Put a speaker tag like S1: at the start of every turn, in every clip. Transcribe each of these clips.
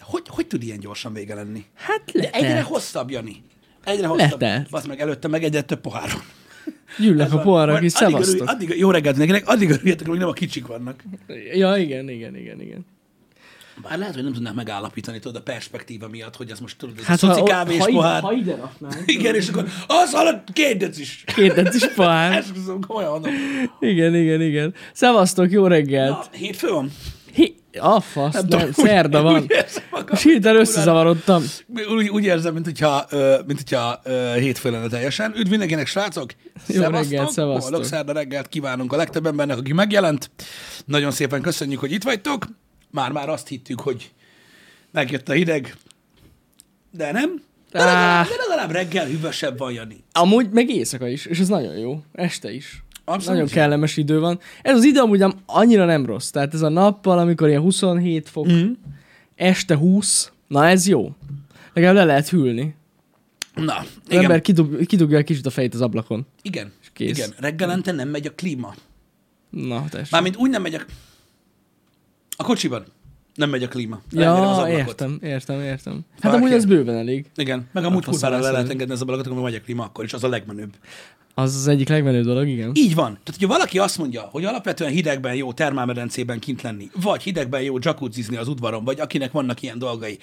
S1: hogy, hogy tud ilyen gyorsan vége lenni?
S2: Hát
S1: De
S2: lehet.
S1: egyre hosszabb, Jani. Egyre hosszabb.
S2: Letelt.
S1: Basz meg előtte, meg egyre több poháron.
S2: Gyűlnek a
S1: Van-
S2: poharak,
S1: van-
S2: és
S1: addig, örülj,
S2: szevasztok.
S1: addig, jó reggelt mindenkinek, addig örüljetek, hogy nem a kicsik vannak.
S2: Ja, igen, igen, igen, igen.
S1: Bár lehet, hogy nem tudnám megállapítani, tudod, a perspektíva miatt, hogy ez most tudod, ez
S2: Hát
S1: hát,
S2: ha,
S1: szoci
S2: ha,
S1: kávé és
S2: ide,
S1: pohár.
S2: ha ide raknánk.
S1: Igen, és akkor az alatt két decis.
S2: Két decis pohár.
S1: Esküszöm, komolyan mondom.
S2: Igen, igen, igen. Szevasztok, jó reggelt.
S1: Na, Hát, hétfő van?
S2: Hi, a fasz, nem,
S1: tudom, úgy-
S2: Hát- szerda van.
S1: Úgy érzem magam,
S2: És hirtelen összezavarodtam.
S1: úgy, úgy érzem, mint hogyha, ö, mint hogyha ö, hétfő lenne teljesen. Üdv mindenkinek, srácok!
S2: Jó reggelt, szevasztok.
S1: Boldog szerda reggelt kívánunk a legtöbb embernek, aki megjelent. Nagyon szépen köszönjük, hogy itt vagytok. Már-már azt hittük, hogy megjött a hideg, de nem. De legalább,
S2: Áh.
S1: de legalább reggel hűvösebb van, Jani.
S2: Amúgy meg éjszaka is, és ez nagyon jó. Este is.
S1: Abszolút.
S2: Nagyon kellemes idő van. Ez az idő amúgy nem- annyira nem rossz. Tehát ez a nappal, amikor ilyen 27 fok, mm.
S1: Mhm.
S2: este 20, na ez jó. Legalább le lehet hűlni.
S1: Na,
S2: Az
S1: igen.
S2: ember kidug, kidugja egy kicsit a fejét az ablakon.
S1: Igen.
S2: kész.
S1: Igen. Reggelente nem megy a klíma.
S2: Na, tessék.
S1: Mármint úgy nem megy a... A kocsiban nem megy a klíma. Remélem az
S2: Ja,
S1: ablakot.
S2: értem, értem, értem. Hát
S1: Valaki-
S2: amúgy ez bőven elég.
S1: Igen, meg amúgy
S2: faszom
S1: kurvára le
S2: lesz,
S1: lehet
S2: hogy-
S1: engedni az ablakot, amikor megy a klíma, akkor is az a legmenőbb.
S2: Az az egyik legmenőbb dolog, igen.
S1: Így van. Tehát, hogyha valaki azt mondja, hogy alapvetően hidegben jó termálmedencében kint lenni, vagy hidegben jó jacuzzizni az udvaron, vagy akinek vannak ilyen dolgai,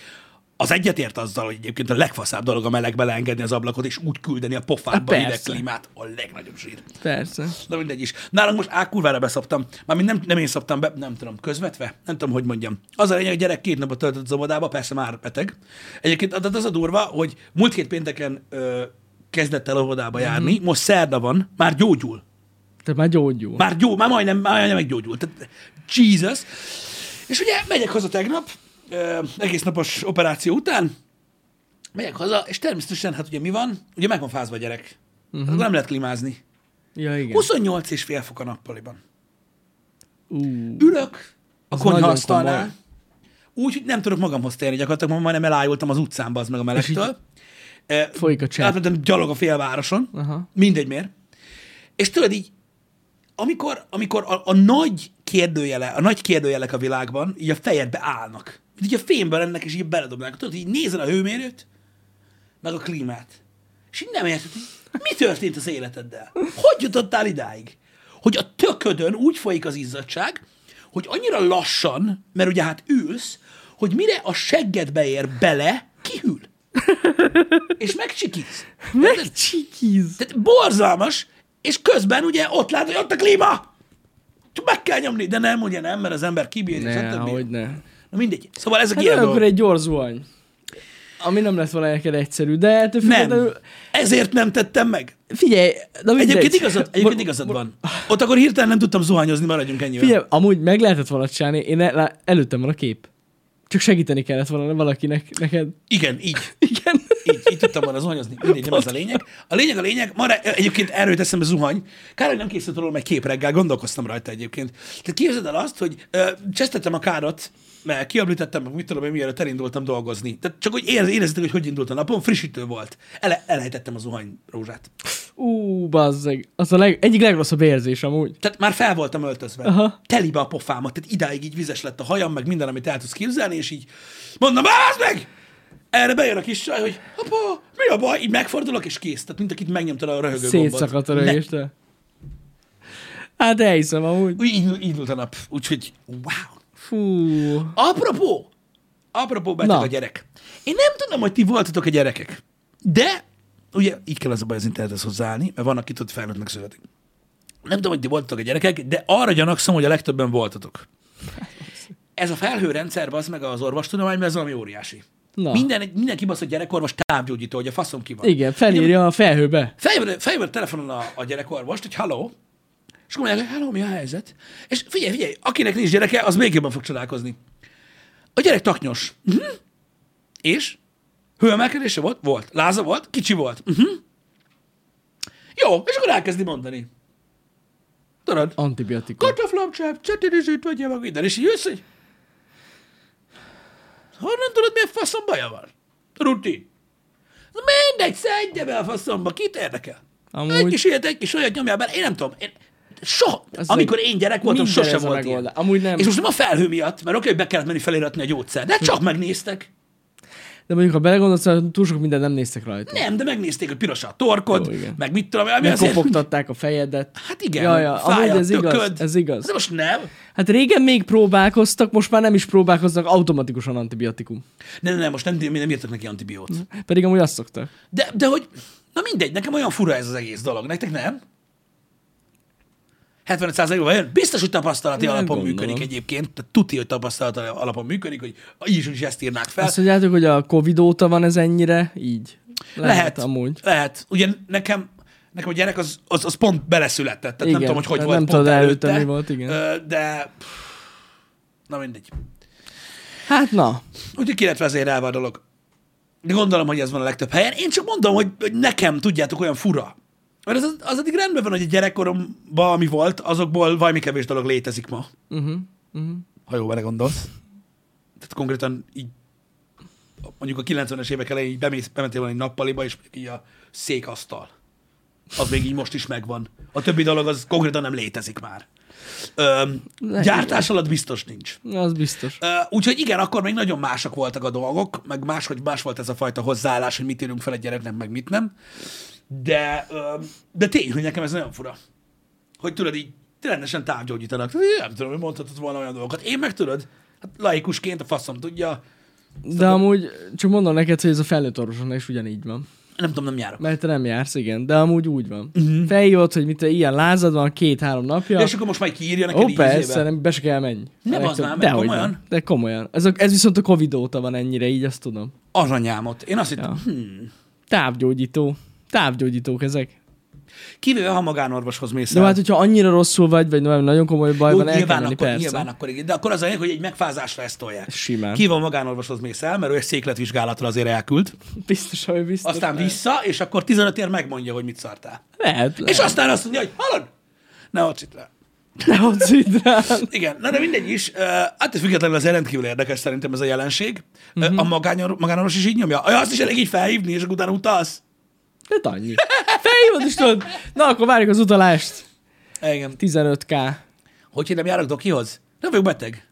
S1: az egyetért azzal, hogy egyébként a legfaszább dolog a melegbe leengedni az ablakot, és úgy küldeni a pofádba
S2: Hát
S1: hideg
S2: persze.
S1: klímát, a legnagyobb zsír.
S2: Persze.
S1: Na mindegy is. Nálunk most á, kurvára beszoptam. Mármint nem, nem én szoptam be, nem tudom, közvetve? Nem tudom, hogy mondjam. Az a lényeg, hogy a gyerek két napot töltött az óvodába, persze már beteg. Egyébként az- az a durva, hogy múlt hét pénteken ö, kezdett el óvodába járni, mm-hmm. most szerda van, már gyógyul.
S2: Te már gyógyul.
S1: Már gyó, már majdnem, már majdnem meggyógyult. Tehát, Jesus. És ugye megyek haza tegnap, ö, egész napos operáció után, megyek haza, és természetesen, hát ugye mi van? Ugye meg van fázva a gyerek. Mm-hmm. Nem lehet klimázni.
S2: Ja, igen.
S1: 28 és fél fok a nappaliban.
S2: Ú,
S1: Ülök a
S2: Az nagyon
S1: konyhaasztalnál,
S2: komoly.
S1: úgy, hogy nem tudok magamhoz térni gyakorlatilag, ma majdnem elájultam az utcán, az meg a melegtől. E,
S2: Folyik a csepp.
S1: Átmentem gyalog a félvároson,
S2: Aha.
S1: mindegy miért. És tudod így, amikor, amikor a, a, nagy kérdőjele, a nagy kérdőjelek a világban így a fejedbe állnak, így a fénybe lennek, és így beledobnak. Tudod, így nézel a hőmérőt, meg a klímát. És így nem érted, hogy mi történt az életeddel? Hogy jutottál idáig? Hogy a töködön úgy folyik az izzadság, hogy annyira lassan, mert ugye hát ülsz, hogy mire a seggedbe ér bele, kihűl. És megcsikítsz.
S2: Megcsikiz.
S1: Tehát borzalmas, és közben ugye ott látod, hogy ott a klíma! Csak meg kell nyomni, de nem, ugye nem, mert az ember kibírja,
S2: Ne,
S1: stb.
S2: hogy ne.
S1: Na mindegy. Szóval ezek
S2: Hát
S1: ilyen
S2: olyankor
S1: dolgok.
S2: egy gyors zuhany. Ami nem lett volna neked egyszerű, de ettől
S1: Nem.
S2: függetlenül...
S1: Ezért nem tettem meg.
S2: Figyelj, na Hát, mindegy.
S1: Egyébként igazad, egyébként
S2: Mo-
S1: igazad van. Ott akkor hirtelen nem tudtam zuhanyozni, maradjunk ennyivel.
S2: Figyelj, amúgy meg lehetett volna csinálni, én el, lá- előttem van a kép. Csak segíteni kellett volna valakinek, neked.
S1: Igen, így.
S2: Igen.
S1: Így, így tudtam volna zuhanyozni. Mindegy, nem ez a lényeg. A lényeg a lényeg, ma re- egyébként erről teszem a zuhany. Kár, hogy nem készült róla egy kép reggel, gondolkoztam rajta egyébként. Tehát képzeld el azt, hogy ö, csesztettem a károt, mert kiablítettem, meg mit tudom én, mielőtt elindultam dolgozni. Tehát csak hogy érez, éreztek, hogy hogy indult a napom, frissítő volt. Ele, elejtettem a zuhany rózsát.
S2: Ú, bazzeg. Az a leg, egyik legrosszabb érzés amúgy.
S1: Tehát már fel voltam öltözve. Aha.
S2: Aha.
S1: Telibe a pofámat, tehát idáig így vizes lett a hajam, meg minden, amit el tudsz képzelni, és így mondom, az meg! Erre bejön a kis csaj, hogy apa, mi a baj? Így megfordulok, és kész. Tehát mint akit megnyomtad a röhögő
S2: Szétszakadt a rögéstől. Hát elhiszem amúgy.
S1: Ne. Úgy így, így indult a nap. Úgyhogy, wow.
S2: Fú.
S1: Apropó, apropó beteg
S2: Na.
S1: a gyerek. Én nem tudom, hogy ti voltatok a gyerekek, de ugye így kell az a baj az internethez hozzáállni, mert van, aki tud felnőttnek születik. Nem tudom, hogy ti voltatok a gyerekek, de arra gyanakszom, hogy a legtöbben voltatok. Ez a felhőrendszer, az meg az orvostudományban, ez valami óriási.
S2: Na.
S1: Minden, minden kibaszott gyerekorvos távgyógyító, hogy a faszom ki van.
S2: Igen, felírja a felhőbe.
S1: Felhívod, felhívod a telefonon a, a gyerekorvost, hogy hello, és akkor mondják, hogy hello, mi a helyzet? És figyelj, figyelj, akinek nincs gyereke, az még jobban fog csodálkozni. A gyerek taknyos. Uh-huh. És? Hőemelkedése volt? Volt. Láza volt? Kicsi volt. Uh-huh. Jó, és akkor elkezdi mondani. Tudod?
S2: Antibiotikum.
S1: Kataflamcsáp, csetidizsít vagy meg minden. És így jössz, hogy honnan tudod, milyen faszom baja van? Rutin. Na Mindegy, szedje be a faszomba, kit érdekel?
S2: Amúgy-
S1: Egy kis ilyet, egy kis olyat nyomjál bele, én nem tudom. Én soha,
S2: Ez
S1: amikor
S2: egy-
S1: én gyerek voltam,
S2: minden
S1: sose
S2: ez a
S1: volt ilyen.
S2: megoldás. Amúgy nem.
S1: És most nem a felhő miatt, mert oké, hogy be kellett menni feliratni a gyógyszert, de csak megnéztek.
S2: de mondjuk, ha belegondolsz, hogy túl sok mindent nem néztek rajta.
S1: Nem, de megnézték, hogy piros a torkod,
S2: Jó, igen.
S1: meg mit tudom, ami
S2: Meg
S1: azért...
S2: kopogtatták a fejedet.
S1: Hát igen,
S2: Ja, ja,
S1: fáj
S2: amúgy
S1: a
S2: ez igaz,
S1: tököd.
S2: ez igaz.
S1: De most nem.
S2: Hát régen még próbálkoztak, most már nem is próbálkoznak, automatikusan antibiotikum.
S1: Nem, nem, most nem, nem írtak neki antibiót.
S2: Pedig amúgy azt szoktak.
S1: De, de hogy, na mindegy, nekem olyan fura ez az egész dolog. Nektek nem? 75%-ban vajon? Biztos, hogy tapasztalati
S2: Nem
S1: alapon
S2: gondolom.
S1: működik egyébként. Tehát tuti, hogy tapasztalati alapon működik, hogy így is ezt írnák fel.
S2: Azt mondjátok, hogy a Covid óta van ez ennyire? Így.
S1: lehet, lehet,
S2: amúgy.
S1: Lehet. Ugye nekem, nekem a gyerek az, az, az pont beleszületett, tehát igen, nem
S2: Igen,
S1: tudom, hogy hogy
S2: tehát
S1: volt
S2: nem
S1: pont
S2: tudod
S1: előtte.
S2: előtte, mi volt, igen.
S1: Ö, De, pff, na mindegy.
S2: Hát na,
S1: Úgyhogy 90 a dolog. De gondolom, hogy ez van a legtöbb helyen. Én csak mondom, hogy, hogy nekem, tudjátok, olyan fura. Mert az, az addig rendben van, hogy a gyerekkoromban, ami volt, azokból valami kevés dolog létezik ma. Uh-huh.
S2: Mhm,
S1: Uh-huh. Ha jó vele gondolsz. Tehát konkrétan így mondjuk a 90-es évek elején így bemész, bementél volna egy nappaliba, és mondjuk így a székasztal. Az még így most is megvan. A többi dolog az konkrétan nem létezik már. Öm,
S2: Ne,
S1: gyártás alatt biztos nincs.
S2: az biztos.
S1: Ö, Úgyhogy igen, akkor még nagyon másak voltak a dolgok, meg máshogy más volt ez a fajta hozzáállás, hogy mit írunk fel egy gyereknek, meg mit nem. De, ö, de tény, hogy nekem ez nagyon fura. Hogy tudod, így rendesen távgyógyítanak. Tehát én Nem tudom, hogy mondhatod volna olyan dolgokat. Én meg tudod, hát laikusként a faszom tudja,
S2: De amúgy csak mondom neked, hogy ez a felnőtt orvosoknál is ugyanígy van.
S1: nem tudom, nem járok.
S2: Mert te nem jársz, igen, de amúgy úgy van. Uh-huh. Felhívod, hogy mit te ilyen lázad van két-három napja.
S1: Ja. Mhm. És akkor most majd kiírja
S2: Ó,
S1: neked
S2: oh,
S1: így
S2: persze,
S1: izébe.
S2: nem, be se kell menj.
S1: Ne
S2: A
S1: bazd
S2: legtöbb-
S1: már meg,
S2: dehogy
S1: komolyan?
S2: nem. De komolyan. Ez, a- ez viszont a Covid óta van ennyire, így azt tudom.
S1: Aranyámot. Én azt hittem,
S2: Ja.
S1: hm,
S2: Távgyógyító. Távgyógyítók ezek.
S1: kivéve, ha magánorvoshoz mész
S2: De
S1: el.
S2: hát, hogyha annyira rosszul vagy, vagy valami nagyon komoly baj
S1: Jó,
S2: van, el kell
S1: nyilván,
S2: menni,
S1: akkor,
S2: persze.
S1: nyilván akkor igen. De akkor az a lényeg, hogy egy megfázásra ezt tolják.
S2: Simán.
S1: Ki van magánorvoshoz mész el, mert ő egy székletvizsgálatra azért elküld.
S2: Biztos, hogy biztos.
S1: Aztán vissza, és akkor 15 ér megmondja, hogy mit szartál.
S2: Lehet, lehet.
S1: És aztán azt mondja, hogy hallod? Ne ott itt le.
S2: Ne ott szidrál.
S1: Igen, na de mindegy is. Uh, hát függetlenül az rendkívül érdekes szerintem ez a jelenség.
S2: Mhm.
S1: Uh-huh. A magányor- magánoros is így nyomja. Aj, azt is elég így felhívni, és akkor utána utalsz.
S2: Hát annyi. Felhívod is tudod. Na, akkor várjuk az utalást.
S1: Igen.
S2: 15k.
S1: Hogy én nem járok dokihoz? Nem vagyok beteg.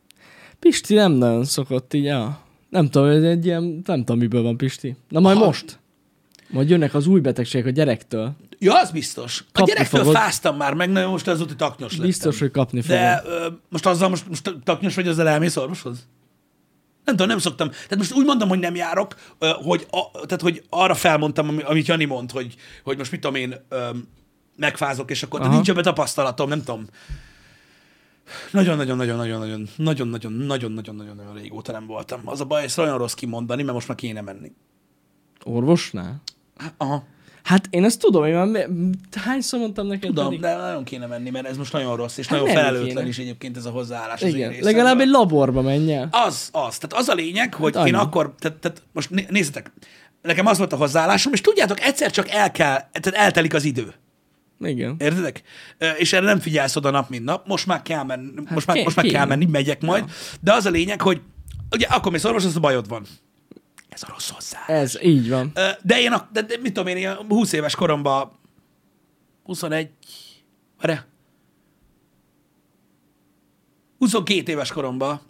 S2: Pisti nem nagyon szokott így, ja. Nem tudom, ez egy ilyen, nem tudom, miből van Pisti. Na majd
S1: Ha-
S2: most. Majd jönnek az új betegségek a gyerektől.
S1: Ja, az biztos. A
S2: Kapni
S1: gyerektől
S2: fogod.
S1: fáztam már meg, na most azóta taknyos lettem.
S2: Biztos, hogy kapni fogod.
S1: De ö, most azzal most, most taknyos vagy, azzal elmész orvoshoz? Nem tudom, nem szoktam. Tehát most úgy mondom, hogy nem járok, ö, hogy, a, tehát, hogy arra felmondtam, ami- amit Jani mond, hogy, hogy most mit tudom én, ö, megfázok, és akkor tehát
S2: Aha.
S1: nincs ebbe tapasztalatom, nem tudom. Nagyon-nagyon-nagyon-nagyon-nagyon, nagyon-nagyon-nagyon-nagyon-nagyon régóta nem voltam. Az a baj, ezt nagyon rossz kimondani, mert most már kéne menni.
S2: Orvosnál?
S1: Aha,
S2: Hát én ezt tudom, én már mi- hányszor mondtam neked?
S1: tudom,
S2: pedig?
S1: de nagyon kéne menni, mert ez most nagyon rossz, és
S2: Hát
S1: nagyon
S2: menni
S1: felelőtlen
S2: kéne.
S1: is egyébként ez a hozzáállás. az én
S2: Igen,
S1: részemről.
S2: legalább egy laborba menj el.
S1: Az, az. Tehát az a lényeg, hogy
S2: annyi.
S1: én akkor, tehát, tehát most né- nézzetek, nekem az volt a hozzáállásom, és tudjátok, egyszer csak el kell, tehát eltelik az idő.
S2: Igen.
S1: Értedek? Ö, És erre nem figyelsz oda nap, mint nap. Most már kell menni, hát most, már,
S2: ké-
S1: most már kell
S2: kéne.
S1: menni, megyek majd. De az a lényeg, hogy ugye akkor mész orvos, az a bajod van. Ez a rossz hozzá.
S2: Ez így van.
S1: Ö, De én, a, de, de mit tudom én, ilyen 20 éves koromban 21, várjál. 22 éves koromban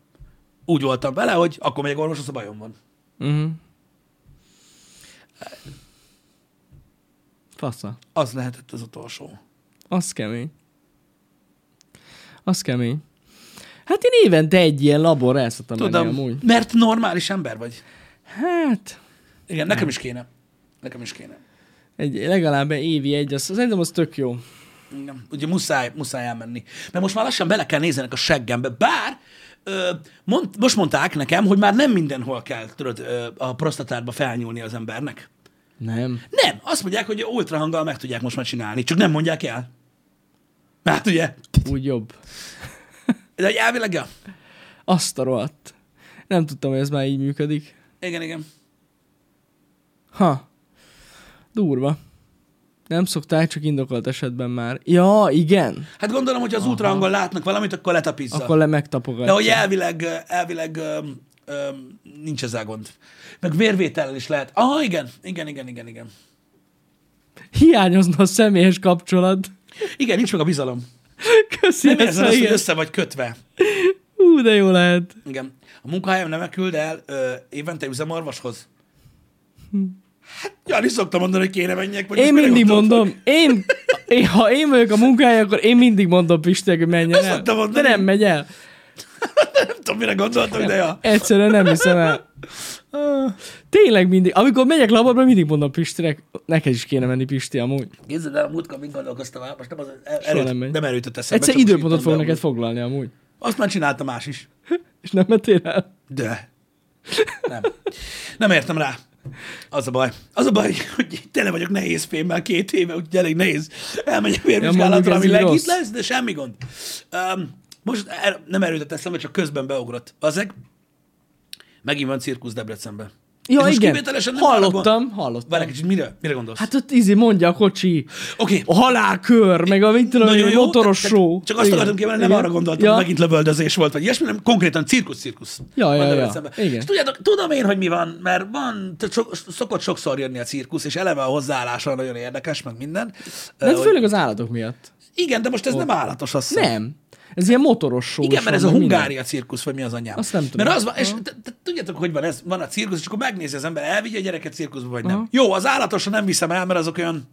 S1: úgy voltam vele, hogy akkor megyek orvoshoz, a bajom van.
S2: Uh-huh. Fasza.
S1: Az lehetett az utolsó.
S2: Az kemény. Az kemény. Hát én évente egy ilyen laborra el szoktam menni
S1: Tudom,
S2: amúgy.
S1: mert normális ember vagy.
S2: Hát,
S1: Igen, nekem is kéne. Nekem is kéne.
S2: egy, legalább egy évi egy, az, szerintem az tök jó.
S1: Igen. Ugye muszáj, muszáj elmenni. Mert most már lassan bele kell nézzenek a seggembe. Bár ö, mond, most mondták nekem, hogy már nem mindenhol kell tudod, ö, a prostatárba felnyúlni az embernek.
S2: Nem.
S1: Nem, azt mondják, hogy ultrahanggal meg tudják most már csinálni, csak nem mondják el. Hát ugye?
S2: Úgy jobb.
S1: De hogy elvileg, ja.
S2: Azt a rohadt. Nem tudtam, hogy ez már így működik.
S1: Igen, igen.
S2: Ha. Durva. Nem szokták, csak indokolt esetben már. Ja, igen.
S1: Hát gondolom, hogy ha az ultrahangon látnak valamit, akkor letapizza.
S2: Akkor le
S1: Szóval- De
S2: megtapogatja.
S1: hogy elvileg, elvileg öm, öm, nincs ezzel gond. Meg vérvétellel is lehet. Ah, igen, igen, igen, igen, igen.
S2: Hiányozna a személyes kapcsolat.
S1: Igen, nincs meg a bizalom.
S2: Köszi,
S1: Nem
S2: ezt
S1: érzed
S2: a
S1: azt, hogy
S2: igen.
S1: össze vagy kötve.
S2: Ú, de jó lehet.
S1: Igen. A munkahelyem nem küld el ö, évente üzemarvoshoz. Hát, Jani szokta mondani, hogy kéne menjek. vagy
S2: Én
S1: most mire
S2: mindig
S1: gondolsz?
S2: mondom, én, én, ha én vagyok a munkája, akkor én mindig mondom Pistek, hogy menjen
S1: Azt
S2: el.
S1: szoktam
S2: De
S1: mondani.
S2: nem megy el.
S1: Nem tudom, mire gondoltok, de ja.
S2: Egyszerűen nem hiszem el. Tényleg mindig. Amikor megyek laborba, mindig mondom Pistinek, neked is kéne menni Pisti amúgy.
S1: Képzeld el, a múltkor mint gondolkoztam el, most nem az el-
S2: Soha
S1: erőt,
S2: nem
S1: nem,
S2: megy.
S1: nem erőt jut eszembe.
S2: Egyszer
S1: csak most
S2: időpontot
S1: így
S2: fog
S1: mondom.
S2: neked foglalni amúgy.
S1: Azt már csinálta más is.
S2: És nem mentél el?
S1: De. Nem. Nem értem rá. Az a baj. Az a baj, hogy tele vagyok nehéz fémmel két éve, úgyhogy elég nehéz elmenni a
S2: mondjuk
S1: vérvizsgálatra,
S2: ez
S1: ami
S2: így
S1: legit
S2: rossz.
S1: lesz, de semmi gond. Um, most er, nem erőtet eszembe, csak közben beugrott. Azek megint van cirkusz Debrecenben.
S2: Ja,
S1: Ez most
S2: igen.
S1: kivételesen nem arra
S2: Hallottam,
S1: gond-
S2: hallottam.
S1: Várj egy kicsit, mire, mire gondolsz?
S2: Hát ott izé mondja a kocsi,
S1: Oké.
S2: a halálkör, meg a mit tudom, én, a motoros
S1: csak-
S2: show.
S1: Hát, Csak azt
S2: Igen.
S1: akartam kiemelni, nem
S2: Igen.
S1: arra gondoltam,
S2: ja.
S1: hogy megint lövöldözés volt, vagy ilyesmi, nem konkrétan cirkusz-cirkusz.
S2: Ja,
S1: Van
S2: ja, ja.
S1: Debrecenben.
S2: Igen.
S1: És tudjátok, tudom én, hogy mi van, mert van, tehát so, szokott sokszor jönni a cirkusz, és eleve a hozzáállása nagyon érdekes, meg minden. Ö,
S2: De hát
S1: hogy-
S2: főleg az állatok miatt.
S1: Igen, de most ez nem állatos, azt hiszem.
S2: Nem. Ez ilyen motoros show.
S1: Igen,
S2: is
S1: mert ez a
S2: van, meg minden.
S1: Hungária cirkusz, vagy mi az anyám.
S2: Azt nem tudom.
S1: Mert az van, és te- te- tudjátok, hogy van ez, van a cirkusz, és akkor megnézi az ember, elvigye a gyereket cirkuszba, vagy nem. Jó, az állatosra nem viszem el, mert azok olyan,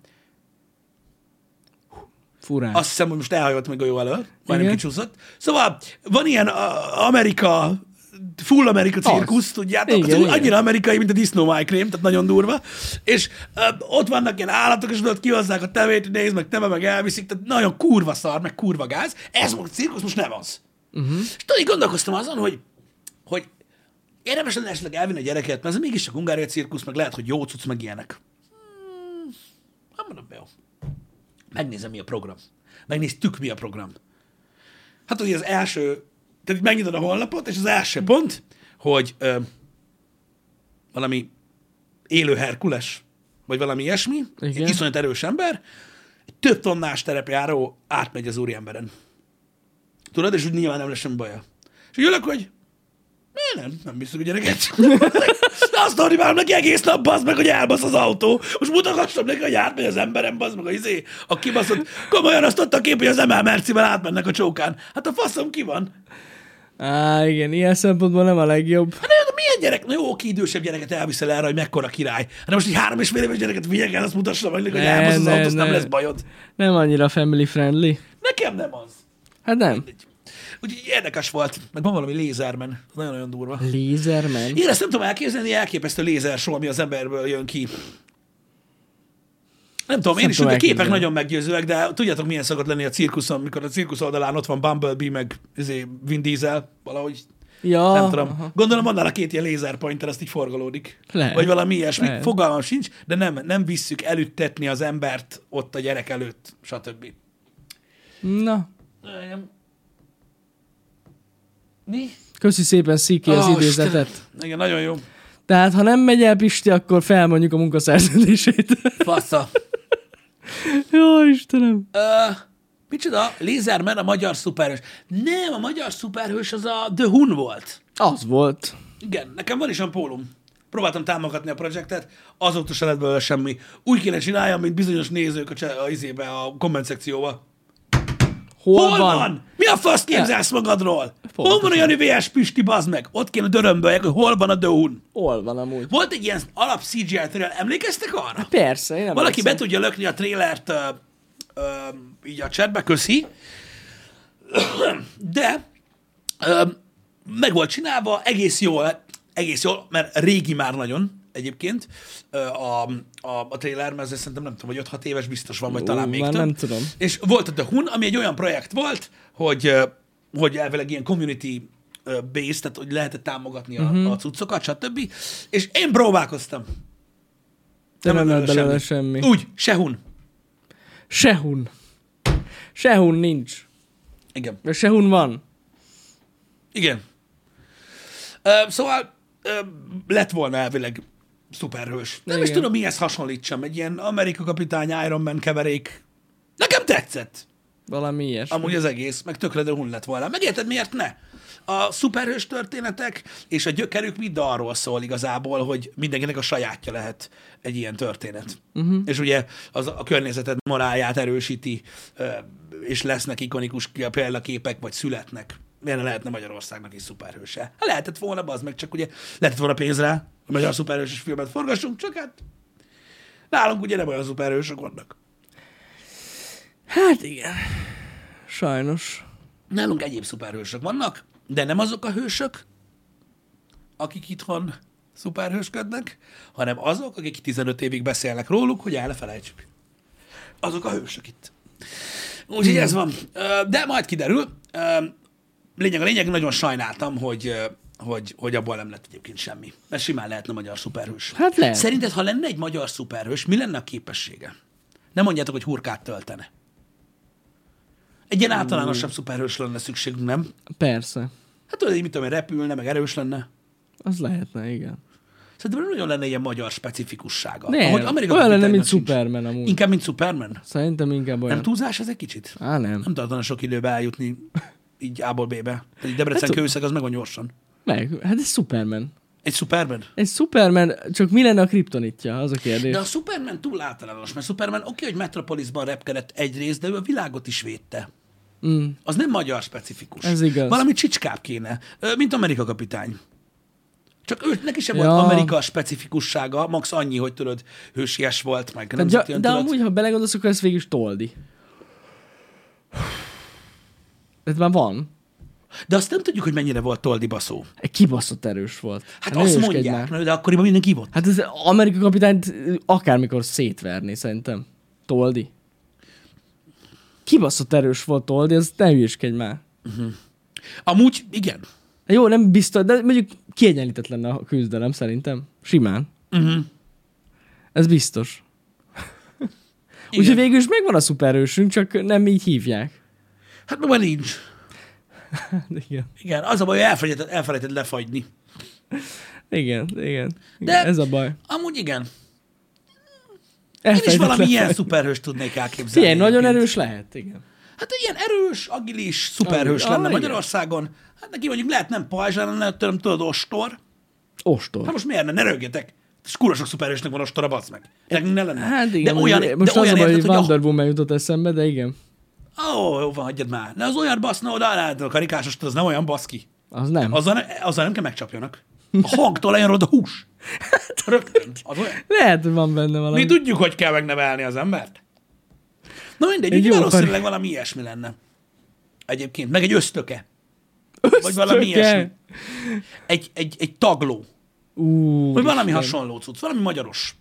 S2: Furán.
S1: Azt hiszem, hogy most elhajolt még a jó elől, majdnem
S2: Igen.
S1: kicsúszott. Szóval van ilyen a, Amerika, full Amerika cirkusz, tudjátok?
S2: Igen,
S1: Igen, az,
S2: igen.
S1: annyira amerikai, mint a disznó májkrém, tehát nagyon durva. És ö, ott vannak ilyen állatok, és ott kihozzák a tevét, hogy nézd meg, teve meg elviszik, tehát nagyon kurva szar, meg kurva gáz. Ez most cirkusz, most nem az.
S2: Mhm.
S1: Uh-huh. És tudod, így gondolkoztam azon, hogy, hogy érdemes lenne esetleg elvinni a gyereket, mert ez mégiscsak Hungária cirkusz, meg lehet, hogy jó cucc, meg ilyenek. Nem mondom, jó. Megnézem, mi a program. Megnéztük, mi a program. Hát ugye az első, tehát így megnyitod a honlapot, és az első pont, hogy ö, valami élő Herkules, vagy valami ilyesmi, egy
S2: Igen.
S1: iszonyat erős ember, egy több tonnás terepjáró átmegy az úriemberen. Tudod, és úgy nyilván nem lesz semmi baja. És így ülök, hogy "Né, nem, nem biztos, hogy gyereket. De azt ordibálom neki egész nap, bazd meg, hogy elbasz az autó. Most mutogassam neki, hogy átmegy az emberem, bazd meg, a izé, a kibaszott. Komolyan azt adta a kép, hogy az ML Mercivel átmennek a csókán. Hát a faszom ki van.
S2: Á, igen, ilyen szempontból nem a legjobb.
S1: Hát de milyen gyerek? Na jó, oké, idősebb gyereket elviszel erre, hogy mekkora király. Hát most egy három és fél éves gyereket vigyek el, azt mutassam meg, neki, hogy
S2: Ne,
S1: elbasz az
S2: ne,
S1: autó, azt nem
S2: ne.
S1: lesz bajod.
S2: Nem annyira family friendly.
S1: Nekem nem az.
S2: Hát nem.
S1: Úgyhogy érdekes volt. Meg van valami lézermen. Nagyon-nagyon durva.
S2: Lézermen.
S1: Én ezt nem tudom elképzelni, ilyen elképesztő lézersó, ami az emberből jön ki. Nem tudom, én
S2: nem
S1: is tudom, a
S2: tudom
S1: képek
S2: elképzelni.
S1: nagyon meggyőzőek, de tudjátok, milyen szokott lenni a cirkuszon, mikor a cirkusz oldalán ott van Bumblebee, meg izé, Vin Diesel, valahogy,
S2: Ja.
S1: nem tudom.
S2: Ah, aha.
S1: Gondolom, annál a két ilyen lézerpointer, azt így forgolódik.
S2: Lehet.
S1: Vagy valami ilyesmi,
S2: Lehet.
S1: fogalmam sincs, de nem, nem visszük elüttetni az embert ott a gyerek előtt, stb.
S2: Na.
S1: Nem. Mi?
S2: Köszi szépen Sziki az
S1: Ó,
S2: idézetet.
S1: Istenem. Igen, nagyon jó.
S2: Tehát, ha nem megy el Pisti, akkor felmondjuk a munkaszerződését.
S1: Fasza.
S2: Jó, Istenem.
S1: Ö, micsoda? Lézermen a magyar szuperhős. Nem, a magyar szuperhős az a The Hun volt.
S2: Az volt.
S1: Igen, nekem van is olyan pólum. Próbáltam támogatni a projektet, azóta se lett belőle semmi. Úgy kéne csináljam, mint bizonyos nézők a, cse- a izébe, a komment szekcióba.
S2: Hol,
S1: Hol van? van? Mi a fasz képzelsz magadról? Hol van a Jani VS Pisti, bazd meg? Ott kéne dörömböljek, hogy hol van a The Hun.
S2: Hol van amúgy?
S1: Volt egy ilyen alap CGI trailer, emlékeztek arra?
S2: Persze, én nem
S1: Valaki be
S2: emlékszem.
S1: tudja lökni a trélert ö, ö, így a chatbe, köszi. De ö, meg volt csinálva, egész jól, egész jól, mert régi már nagyon egyébként ö, a, a, a trailer, mert ez szerintem nem tudom, hogy 5-6 éves biztos van, vagy
S2: Ó,
S1: talán még
S2: már
S1: több.
S2: nem tudom.
S1: És volt a The Hun, ami egy olyan projekt volt, hogy, ö, hogy elvileg ilyen community ö, based, tehát hogy lehetett támogatni a,
S2: Mhm.
S1: uh-huh. a cuccokat, stb. És én próbálkoztam.
S2: Te nem
S1: lett
S2: lett belőle semmi. Uh.
S1: Úgy, se hun.
S2: Sehun. Sehun nincs.
S1: Igen.
S2: De Sehun van.
S1: Igen. Ö, szóval ö, lett volna elvileg szuperhős. Nem Igen. is
S2: Igen.
S1: tudom, mihez hasonlítsam. Egy ilyen Amerika kapitány Iron Man keverék. Nekem tetszett.
S2: Valami ilyes.
S1: Amúgy az egész, meg tökre de hun lett volna. Megérted, miért ne? A szuperhős történetek és a gyökerük mind arról szól igazából, hogy mindenkinek a sajátja lehet egy ilyen történet. Uh-huh. És ugye az a környezeted morálját erősíti, ö, és lesznek ikonikus k- példaképek, vagy születnek. Miért ne lehetne Magyarországnak is szuperhőse? Hát Lehetett volna, az meg csak ugye lehetett volna pénz rá, magyar szuperhősös filmet forgassunk, csak hát nálunk ugye nem olyan szuperhősök vannak.
S2: Hát igen. Sajnos.
S1: Nálunk egyéb szuperhősök vannak, de nem azok a hősök, akik itthon szuperhősködnek, hanem azok, akik 15 évig beszélnek róluk, hogy el ne felejtsük. Azok a hősök itt. Úgyhogy ez van. Ö, De majd kiderül. Ö, Lényeg a lényeg, nagyon sajnáltam, hogy, ö, hogy, hogy abból nem lett egyébként semmi. Mert simán lehetne magyar szuperhős.
S2: Hát lehet.
S1: Szerinted, ha lenne egy magyar szuperhős, mi lenne a képessége? Nem mondjátok, hogy hurkát töltene. Egy ilyen általánosabb szuperhős lenne szükségünk, nem?
S2: Persze.
S1: Hát tudod, hogy mit tudom, én, repülne, meg erős lenne.
S2: Az lehetne, igen.
S1: Szerintem nem nagyon lenne ilyen magyar specifikussága.
S2: Nem,
S1: Amerika
S2: olyan lenne,
S1: kapitálynak
S2: mint
S1: sincs.
S2: Superman amúgy.
S1: Inkább, mint Superman?
S2: Szerintem inkább olyan.
S1: Nem túlzás ez egy kicsit?
S2: Á, nem.
S1: Nem tartana sok időbe eljutni így A-ból B-be. Egy Debrecen
S2: Hát,
S1: kőszeg az meg van gyorsan.
S2: Meg, hát ez Superman.
S1: Egy Superman?
S2: Egy Superman, csak mi lenne a kriptonitja? Az a kérdés.
S1: De a Superman túl általános, mert Superman oké, hogy Metropolisban repkedett egyrészt, de ő a világot is védte.
S2: Mm.
S1: Az nem magyar specifikus.
S2: Ez igaz.
S1: Valami csicskább kéne, Ö, mint Amerika kapitány. Csak ő, neki sem
S2: Ja.
S1: volt Amerika specifikussága, max annyi, hogy tudod, hősies volt, meg nem
S2: De,
S1: tudod,
S2: de amúgy, ha belegondolsz, akkor ez végül is toldi. Tehát már van.
S1: De azt nem tudjuk, hogy mennyire volt Toldi baszó.
S2: Egy kibaszott erős volt.
S1: Hát
S2: ne
S1: azt
S2: hülyeskedj
S1: mondják,
S2: Már.
S1: na, de akkoriban mindenki volt.
S2: Hát ez Amerika kapitányt akármikor szétverni, szerintem. Toldi. Kibaszott erős volt Toldi, ez ne hülyeskedj már.
S1: Amúgy igen.
S2: Jó, nem biztos, de mondjuk kiegyenlített lenne a küzdelem, szerintem. Simán.
S1: Uh-huh.
S2: Ez biztos. Úgyhogy
S1: igen.
S2: végül is megvan a szuperősünk, csak nem így hívják. Hát
S1: Hát meg már nincs.
S2: Igen.
S1: Igen, az a baj, hogy elfelejted, elfelejted lefagyni.
S2: Igen, igen.
S1: De-
S2: De... Ez a baj.
S1: Amúgy igen. Én is
S2: Elfelejtett
S1: valami
S2: le-
S1: ilyen szuperhős tudnék elképzelni.
S2: Figyelj, nagyon
S1: egyébként.
S2: erős lehet, igen.
S1: Hát egy ilyen erős, agilis, szuperhős
S2: Ah,
S1: lenne
S2: igen.
S1: Magyarországon. Hát neki mondjuk lehet nem pajzs, hanem lehet, tudom, tudod, ostor.
S2: Ostor.
S1: Hát most miért ne, ne rögjetek. És kurva sok szuperhősnek van ostora, basz meg. Nekünk ne lenne.
S2: Hát igen,
S1: de olyan,
S2: mondjuk- most
S1: de olyan
S2: az a baj,
S1: érted,
S2: hogy
S1: hogy
S2: Wonder Woman jutott eszembe, de igen.
S1: a... Ó, jó van, hagyjad már. Ne az olyan baszna oda, hát a karikásos, ostor, az nem olyan baszki.
S2: Az nem. Az...
S1: Azzal, ne- azzal nem kell megcsapjanak. A hangtól lejön oda hús.
S2: Hát-
S1: Rögtön. Az olyan.
S2: Lehet, hogy van benne valami.
S1: Mi tudjuk, hogy kell megnevelni az embert. Na mindegy,
S2: Egy
S1: úgy
S2: jó
S1: valószínűleg
S2: pari-
S1: valami ilyesmi lenne. Egyébként, meg egy ösztöke. Vagy
S2: Ösztöke.
S1: valami ilyesmi. Egy, egy, egy tagló.
S2: Ú,
S1: Vagy valami
S2: Isten.
S1: hasonló cucc, valami magyaros.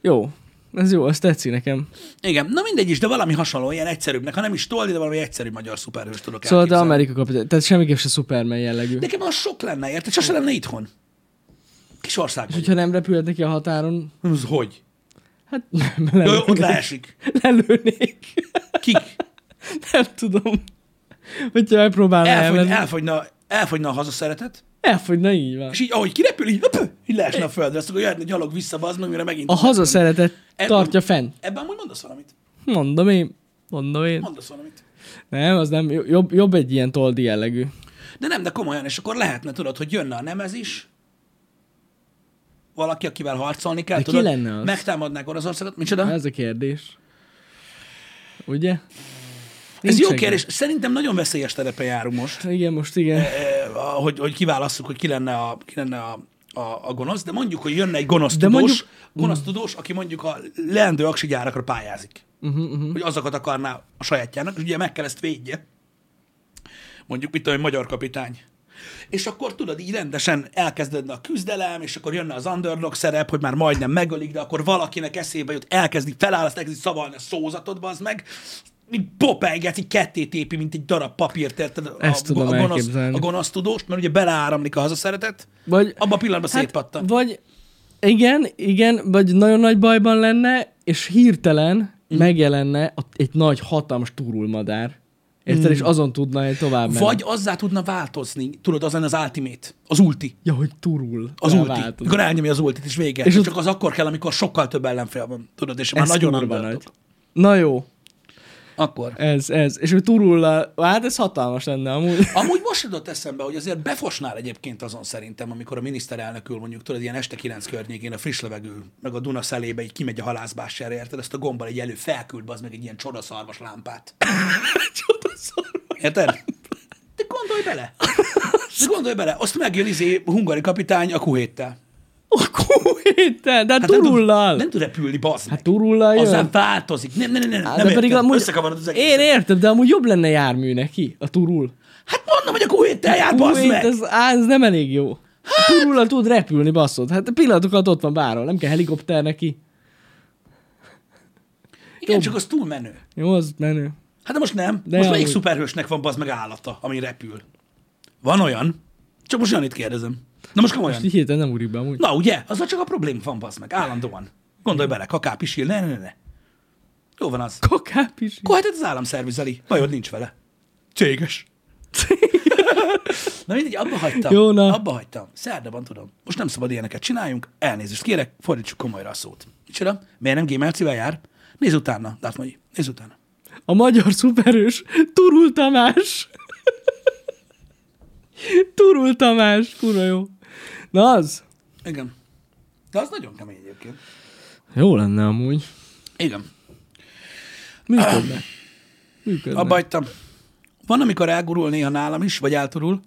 S2: Jó. Ez jó, az tetszik nekem.
S1: Igen, na mindegy is, de valami hasonló, ilyen egyszerűbbnek, ha nem is toldi, de valami egyszerű magyar szuperhős tudok
S2: Szóval de
S1: elképzelni.
S2: Amerika kapitány, tehát semmiképp se Superman jellegű.
S1: Nekem az sok lenne, érted? Sose lenne itthon. Kis ország
S2: És
S1: vagy.
S2: hogyha nem repülhet neki a határon,
S1: Az Hogy?
S2: hát nem,
S1: Jó, jó, ott
S2: lelőnék.
S1: leesik.
S2: lelőnék.
S1: Kik?
S2: Nem tudom. Hogyha megpróbálna
S1: Elfogy,
S2: elmenni.
S1: elfogyna, elfogyna a hazaszeretet,
S2: Elfogyna, így van.
S1: és így, ahogy kirepül, így, öpö, így leesne a földre, azt akkor jöhetne gyalog vissza, az meg mire megint.
S2: A hazaszeretet
S1: Ez-
S2: tartja fenn.
S1: Ebben amúgy mondasz valamit.
S2: Mondom én. Mondom én.
S1: Mondasz valamit.
S2: Nem, az nem. Jo- Jobb, jobb egy ilyen toldi jellegű.
S1: De nem, de komolyan, és akkor lehetne, tudod, hogy jönne a nemez is, valaki, akivel harcolni kell,
S2: De ki
S1: tudod,
S2: lenne az? Hát
S1: megtámadnák Oroszországot, micsoda?
S2: Ez a kérdés. Ugye?
S1: Ez
S2: Nincs
S1: jó
S2: senki.
S1: kérdés. Szerintem nagyon veszélyes terepe járunk most,
S2: Igen, most igen.
S1: eh, hogy, hogy kiválasszuk, hogy ki lenne, a, ki lenne a, a, a gonosz, de mondjuk, hogy jönne egy gonosz
S2: De
S1: tudós,
S2: mondjuk- Mhm.
S1: gonosz tudós, aki mondjuk a leendő aksi gyárakra pályázik.
S2: Uh-huh, uh-huh.
S1: hogy azokat akarná a sajátjának, és ugye meg kell ezt védje. Mondjuk, mit tudom, én, magyar kapitány. És akkor tudod, így rendesen elkezdődne a küzdelem, és akkor jönne az underdog szerep, hogy már majdnem megölik, de akkor valakinek eszébe jut, elkezdi feláll, azt elkezdi szavalni a szózatod, az meg, így popelgetsz, így ketté tépi, mint egy darab papírt, érted? A,
S2: Ezt tudom
S1: a, gonosz,
S2: elképzelni.
S1: a gonosz tudóst, mert ugye beleáramlik a hazaszeretet,
S2: Vagy,
S1: abban a pillanatban hát, szétpattan.
S2: Vagy igen, igen, vagy nagyon nagy bajban lenne, és hirtelen mm.
S1: Mhm.
S2: megjelenne a- egy nagy, hatalmas turulmadár. Érted? Mm. És azon tudna egy tovább menni.
S1: Mhm. Vagy azzá tudna változni, tudod, az lenne az ultimate, az ulti.
S2: Ja, hogy turul.
S1: Az
S2: Rá
S1: ulti.
S2: változik.
S1: Mikor elnyomja az ultit, és vége. És
S2: És ott-
S1: Csak az akkor kell, amikor sokkal több ellenfél van. Tudod, és már
S2: Ez
S1: nagyon
S2: kurva
S1: underdog.
S2: nagy. Na jó,
S1: Akkor.
S2: ez, ez. És ő turul, hát ez hatalmas lenne amúgy.
S1: Amúgy most jutott eszembe, hogy azért befosnál egyébként azon szerintem, amikor a miniszterelnök ül mondjuk, tudod, ilyen este kilenc környékén a friss levegő, meg a Duna szelébe, így kimegy a halászbására, érted? Ezt a gombbal egy elő felküld, az meg egy ilyen csodaszarvas lámpát. Érted? De gondolj bele! De gondolj bele, azt megjön izé a hungari kapitány a kuhéttel.
S2: A kúhéten, de
S1: nem
S2: hát
S1: tud-
S2: turullal.
S1: Nem tud repülni, bazd
S2: Hát
S1: meg.
S2: turullal jön.
S1: Azzal változik. Nem, nem, nem, nem,
S2: Hát,
S1: nem
S2: de pedig
S1: érted.
S2: amúgy-
S1: Összekavarod az egészet.
S2: Én értem, de amúgy jobb lenne jármű neki, a turul.
S1: Hát mondom, hogy a kóhéttel jár, Hát bazd
S2: Hú, itt
S1: meg.
S2: ez, á, ez nem elég jó. A turullal tud repülni, basszod. Hát pillanatokat ott van bárhol, nem kell helikopter neki.
S1: Igen, csak az túl menő.
S2: Jó, az menő.
S1: Hát de most nem.
S2: De
S1: most melyik
S2: amúgy.
S1: szuperhősnek van bazd meg állata, ami repül? Van olyan? Csak most Janit kérdezem. Na most komolyan.
S2: Most így hirtelen nem ugrik be amúgy.
S1: Na ugye, azzal csak a probléma van, bazd meg. Állandóan. Gondolj bele, kaká, pisil, ne, ne, ne. Jó van az.
S2: Kokápis.
S1: Akkor hát ez az állam szervizeli. Bajod nincs vele. Céges. Na mindegy, abba hagytam.
S2: Jó, na.
S1: Abba hagytam. Szerdában tudom. Most nem szabad ilyeneket csináljunk. Elnézést kérek, fordítsuk komolyra a szót. Micsoda? Miért nem gémelcivel jár? Nézz utána, Darth Magyi. Nézz utána.
S2: A magyar szuperős Turul Tamás. Turul Tamás, kurva jó. Na az?
S1: Igen. De az nagyon kemény egyébként.
S2: Jó lenne amúgy.
S1: Igen.
S2: Működne. Működne.
S1: Abba hagytam. Van, amikor elgurul néha nálam is, vagy elturul.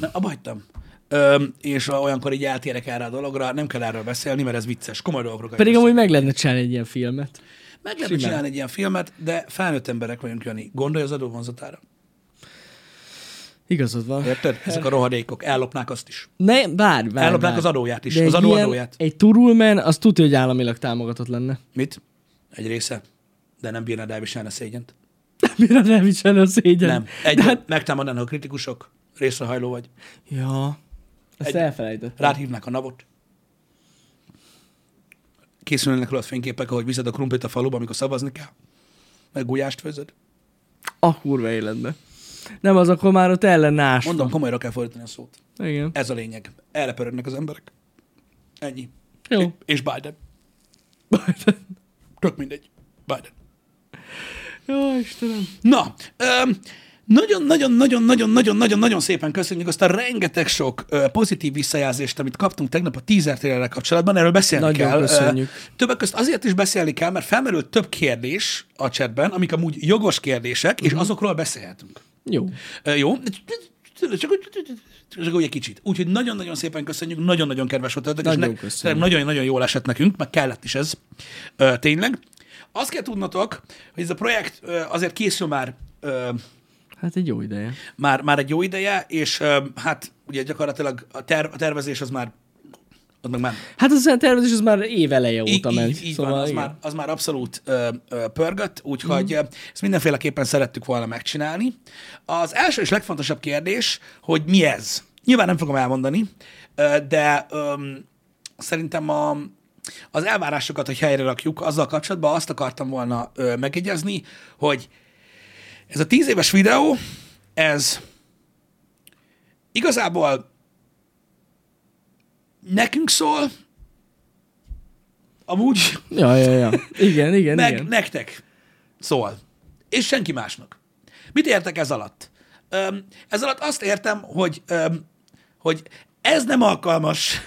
S1: Na, abba hagytam. Öm, és olyankor így eltérek erre a dologra, nem kell erről beszélni, mert ez vicces, komoly dolgokról kell
S2: Pedig
S1: beszélni.
S2: amúgy meg lehetne csinálni egy ilyen filmet.
S1: Meg lehetne
S2: Simán.
S1: csinálni egy ilyen filmet, de felnőtt emberek vagyunk, Jani. Gondolj az adóvonzatára.
S2: Igazad van.
S1: Érted? Ezek a rohadékok. Ellopnák azt is.
S2: Ne, bár, bár,
S1: Ellopnák
S2: bár.
S1: az adóját is,
S2: De
S1: az
S2: egy
S1: adó
S2: ilyen-
S1: adóját.
S2: Egy turulmen, az tudja, hogy államilag támogatott lenne.
S1: Mit? Egy része. De nem bírnád elviselni a szégyent.
S2: Mire nem viselni a szégyen.
S1: Nem. Egy,
S2: De hát...
S1: megtámadnának a kritikusok, részrehajló vagy.
S2: Ja. Ezt
S1: Egy-
S2: elfelejtettem.
S1: Rád hívnák a navot. Készülnek rólad fényképek, ahogy viszed a krumplit a faluba, amikor szavazni kell. Meg gulyást főzöd.
S2: A kurva életbe. Nem, az akkor már ott ellen ásva.
S1: Mondom, E- komolyra kell fordítani a szót.
S2: Igen.
S1: Ez a lényeg. Erre pörögnek az emberek. Ennyi.
S2: Jó.
S1: És Biden. Tök mindegy. Biden.
S2: Jó, Istenem.
S1: Na, öm, nagyon-nagyon-nagyon-nagyon-nagyon-nagyon-nagyon szépen köszönjük azt a rengeteg sok ö, pozitív visszajelzést, amit kaptunk tegnap a teaser trailerrel kapcsolatban, erről beszélni
S2: Nagyon
S1: kell. Ö,
S2: köszönjük.
S1: Többek között azért is beszélni kell, mert felmerült több kérdés a chatben, amik amúgy jogos kérdések, és
S2: Mhm.
S1: azokról beszélhetünk.
S2: Jó.
S1: Ö, Jó? Csak, úgy- csak úgy egy kicsit. Úgyhogy nagyon-nagyon szépen köszönjük, nagyon-nagyon kedves voltatok, és
S2: Nagyon
S1: ne-
S2: köszönjük.
S1: tényleg nagyon-nagyon jól esett nekünk, meg kellett is ez, ö, tényleg. Azt kell tudnotok, hogy ez a projekt ö, azért készül már ö,
S2: Hát egy jó ideje.
S1: már, már egy jó ideje, és ö, hát ugye gyakorlatilag a, ter- a tervezés az már az meg már
S2: Hát az a tervezés az már év eleje óta
S1: így,
S2: ment.
S1: így, így szóval van, az
S2: igen. Mhm.
S1: már, az már abszolút ö, ö, pörgött, úgyhogy mm. ezt mindenféleképpen szerettük volna megcsinálni. Az első és legfontosabb kérdés, hogy mi ez? Nyilván nem fogom elmondani, ö, de ö, szerintem a, az elvárásokat, hogy helyre rakjuk, azzal kapcsolatban azt akartam volna ö, megjegyezni, hogy ez a tíz éves videó, ez igazából nekünk szól, amúgy
S2: Ja, ja, ja. Igen, igen,
S1: meg
S2: igen.
S1: nektek szól. És senki másnak. Mit értek ez alatt? Öm, ez alatt azt értem, hogy, öm, hogy ez nem alkalmas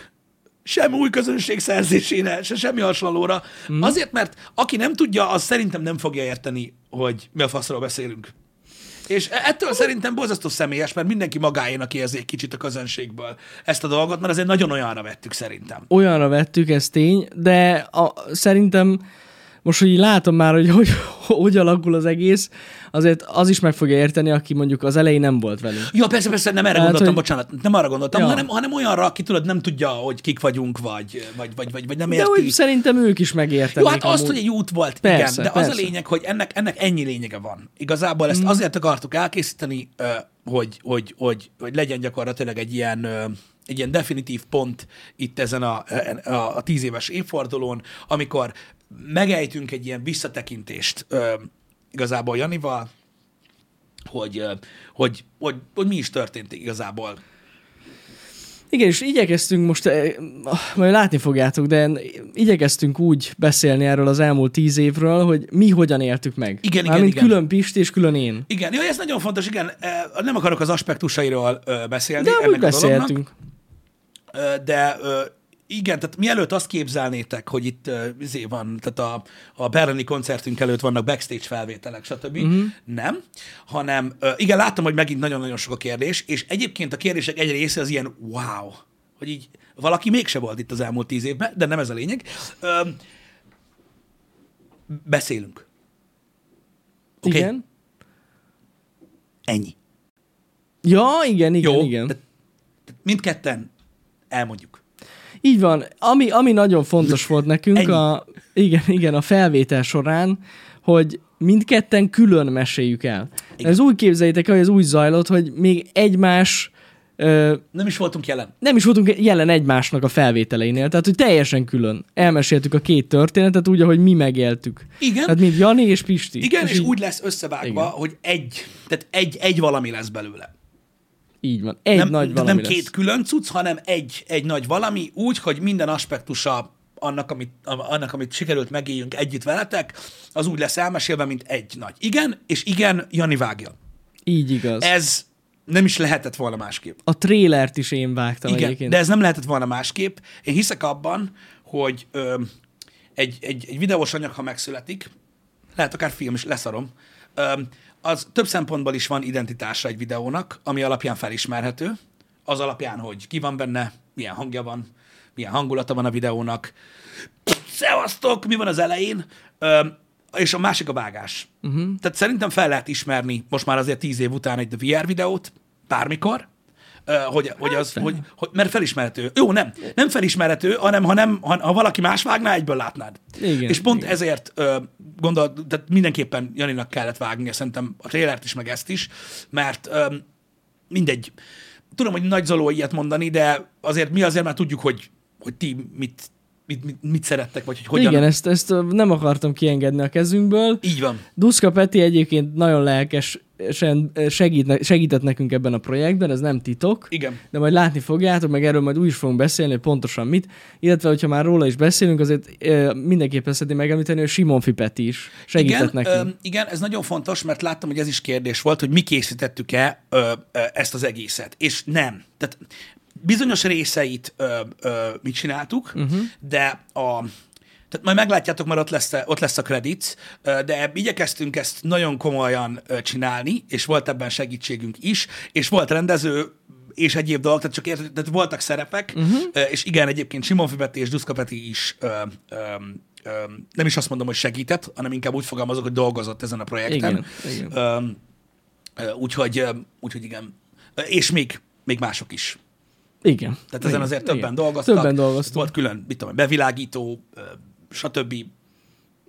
S1: sem új közönség szerzésére, se semmi hasonlóra.
S2: Mhm.
S1: Mm. Azért, mert aki nem tudja, az szerintem nem fogja érteni, hogy mi a faszról beszélünk. És e- ettől szerintem borzasztó személyes, mert mindenki magáénak érzi egy kicsit a közönségből ezt a dolgot, mert azért nagyon olyanra vettük szerintem.
S2: Olyanra vettük, ez tény, de a, szerintem most, hogy így látom már, hogy hogy, hogy alakul az egész, azért az is meg fogja érteni, aki mondjuk az elején nem volt velünk.
S1: Ja, persze, persze, nem erre
S2: Tehát,
S1: gondoltam,
S2: Hát, hogy-
S1: bocsánat, nem arra gondoltam,
S2: Ja.
S1: hanem, hanem olyanra, aki tudod, nem tudja, hogy kik vagyunk, vagy, vagy, vagy, vagy, vagy nem
S2: De
S1: érti.
S2: úgy szerintem ők is
S1: Jó,
S2: megértenék.
S1: hát azt,
S2: amúgy.
S1: hogy egy út volt,
S2: Persze,
S1: igen, de az
S2: persze. Mm.
S1: a lényeg, hogy ennek, ennek ennyi lényege van. Igazából ezt azért akartuk elkészíteni, ö, hogy, hogy, hogy, hogy legyen gyakorlatilag egy ilyen, ö, egy ilyen definitív pont itt ezen a, a, a, a tíz éves évfordulón, amikor megejtünk egy ilyen visszatekintést ö, igazából Janival, hogy, ö, hogy, hogy, hogy mi is történt igazából.
S2: Igen, és igyekeztünk most, eh, majd látni fogjátok, de igyekeztünk úgy beszélni erről az elmúlt tíz évről, hogy mi hogyan éltük meg.
S1: Igen, igen,
S2: Mármint
S1: igen.
S2: külön Pist és külön én.
S1: Igen, jó, ez nagyon fontos, igen, ö, nem akarok az aspektusairól ö, beszélni.
S2: De
S1: ennek
S2: amúgy
S1: a dolognak.
S2: beszéltünk.
S1: Ö, de ö, igen, tehát mielőtt azt képzelnétek, hogy itt ö, izé van, tehát a, a berlini koncertünk előtt vannak backstage felvételek, stb.
S2: Mhm.
S1: Uh-huh. Nem, hanem ö, igen, láttam, hogy megint nagyon-nagyon sok a kérdés, és egyébként a kérdések egy része az ilyen wow, hogy így valaki mégse volt itt az elmúlt tíz évben, de nem ez a lényeg. Öm, beszélünk. Oké, okay,
S2: Igen.
S1: ennyi.
S2: Ja, igen, igen,
S1: Jó,
S2: igen.
S1: tehát- tehát mindketten elmondjuk.
S2: Így van. Ami, ami nagyon fontos volt nekünk
S1: Ennyi.
S2: a, igen, igen, a felvétel során, hogy mindketten külön meséljük el.
S1: Igen.
S2: Ez úgy képzeljétek el, hogy ez úgy zajlott, hogy még egymás ö,
S1: Nem is voltunk jelen.
S2: nem is voltunk jelen egymásnak a felvételeinél, tehát hogy teljesen külön. Elmeséltük a két történetet úgy, ahogy mi megéltük.
S1: Igen.
S2: Tehát mint Jani és Pisti.
S1: Igen, és,
S2: így,
S1: úgy lesz összevágva,
S2: Igen.
S1: hogy egy, tehát egy, egy valami lesz belőle.
S2: Így van. Egy
S1: nem,
S2: nagy
S1: tehát
S2: valami
S1: nem két külön cucc, hanem egy, egy nagy valami, úgy, hogy minden aspektusa annak amit, a- annak, amit sikerült megéljünk együtt veletek, az úgy lesz elmesélve, mint egy nagy. Igen, és igen, Jani vágja.
S2: Lesz. Így igaz.
S1: Ez nem is lehetett volna másképp.
S2: A trélert is én vágtam
S1: Igen,
S2: egyébként.
S1: de ez nem lehetett volna másképp. Én hiszek abban, hogy ö, egy, egy, egy videós anyag, ha megszületik, lehet akár film is, leszarom, ö, az több szempontból is van identitása egy videónak, ami alapján felismerhető, az alapján, hogy ki van benne, milyen hangja van, milyen hangulata van a videónak. Szevasztok, mi van az elején? Ö, és a másik a vágás. Uh-huh. Tehát szerintem fel lehet ismerni most már azért tíz év után egy VR videót, bármikor, ö, hogy, hogy az, hogy, hogy, mert felismerhető. Jó, nem, nem felismerhető, hanem ha, nem, ha, ha valaki más vágná, egyből látnád.
S2: Igen,
S1: és pont
S2: igen.
S1: ezért ö, gondol, tehát mindenképpen Janinak kellett vágnia szerintem a trélert is, meg ezt is, mert ö, mindegy. Tudom, hogy nagy zaló ilyet mondani, de azért mi azért már tudjuk, hogy, hogy ti mit, mit, mit, mit szerettek, vagy hogy hogyan.
S2: Igen, ezt, ezt ö, nem akartam kiengedni a kezünkből.
S1: Így van.
S2: Duszka Peti egyébként nagyon lelkesen segít, ne- segített nekünk ebben a projektben, ez nem titok.
S1: Igen.
S2: De majd látni fogjátok, meg erről majd úgy is fogunk beszélni, hogy pontosan mit. Illetve, hogyha már róla is beszélünk, azért ö, mindenképpen szeretném megemlíteni, hogy Simon Peti is segített
S1: igen,
S2: nekünk.
S1: Ö, igen, ez nagyon fontos, mert láttam, hogy ez is kérdés volt, hogy mi készítettük-e ö, ö, ezt az egészet. És nem. Tehát bizonyos részeit ö, ö, mi csináltuk, uh-huh. de a tehát majd meglátjátok, mert ott lesz, ott lesz a kredit, ö, de igyekeztünk ezt nagyon komolyan ö, csinálni, és volt ebben segítségünk is, és volt rendező, és egyéb dolgok, tehát csak érted, tehát voltak szerepek,
S2: Mhm.
S1: uh-huh. és igen, egyébként Simon Fibeti és Duszka Peti is ö, ö, ö, nem is azt mondom, hogy segített, hanem inkább úgy fogalmazok, hogy dolgozott ezen a projekten.
S2: Igen, igen.
S1: Ö, ö, úgyhogy, ö, úgyhogy igen. Ö, És még, még mások is.
S2: Igen.
S1: Tehát ezen
S2: igen,
S1: azért
S2: igen.
S1: többen dolgoztak.
S2: Többen dolgoztunk.
S1: Volt külön, mit tudom, én, bevilágító, ö, stb.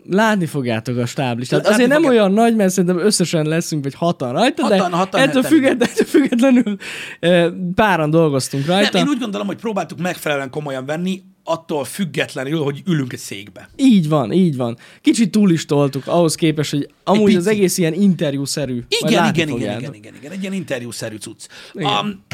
S2: Látni fogjátok a stáblistát.
S1: Látni
S2: Azért nem
S1: fogjátok.
S2: olyan nagy, mert szerintem összesen leszünk, vagy hatan rajta,
S1: Hatan,
S2: de
S1: hatan,
S2: ettől,
S1: heten.
S2: függetlenül, ettől függetlenül ö, páran dolgoztunk rajta.
S1: Nem, én úgy gondolom, hogy próbáltuk megfelelően komolyan venni, attól függetlenül, hogy ülünk egy székbe.
S2: Így van, így van. Kicsit túl is toltuk ahhoz képest, hogy amúgy
S1: Egy
S2: az
S1: pici.
S2: egész ilyen interjúszerű. Majd
S1: Igen,
S2: látni
S1: igen, igen,
S2: fogjátok.
S1: igen, igen, igen, egy ilyen interjúszerű cucc. A,
S2: Igen.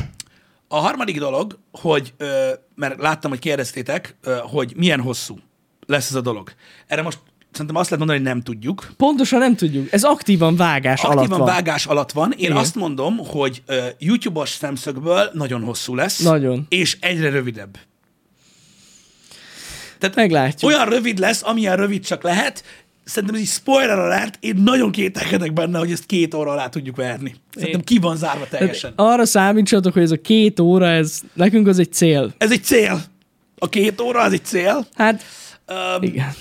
S1: a harmadik dolog, hogy, ö, mert láttam, hogy kérdeztétek, ö, hogy milyen hosszú lesz ez a dolog. Erre most szerintem azt lehet mondani, hogy nem tudjuk.
S2: Pontosan nem tudjuk. Ez aktívan vágás alatt
S1: Aktívan
S2: van.
S1: vágás alatt van. Én
S2: Igen.
S1: azt mondom, hogy ö, YouTube-os szemszögből nagyon hosszú lesz.
S2: Nagyon.
S1: És egyre rövidebb. Tehát
S2: Meglátjuk.
S1: olyan rövid lesz, amilyen rövid csak lehet. Szerintem ez így spoiler alert, én nagyon kételkedek benne, hogy ezt két óra alá tudjuk verni. Szerintem
S2: Én-
S1: ki van zárva teljesen.
S2: Tehát arra számítsatok, hogy ez a két óra, ez nekünk az egy cél.
S1: Ez egy cél. A két óra az egy cél.
S2: Hát
S1: Öm,
S2: igen,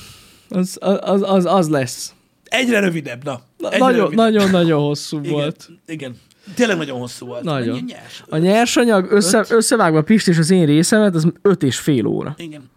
S2: az, az, az, az lesz.
S1: egyre rövidebb, na. Egyre
S2: Nagyon-nagyon
S1: rövidebb.
S2: nagyon, nagyon hosszú
S1: igen,
S2: volt.
S1: Igen. Tényleg nagyon hosszú volt.
S2: Nagyon.
S1: Mennyi nyers?
S2: A nyersanyag össze, összevágva Pist és az én részemet, az öt és fél óra.
S1: Igen.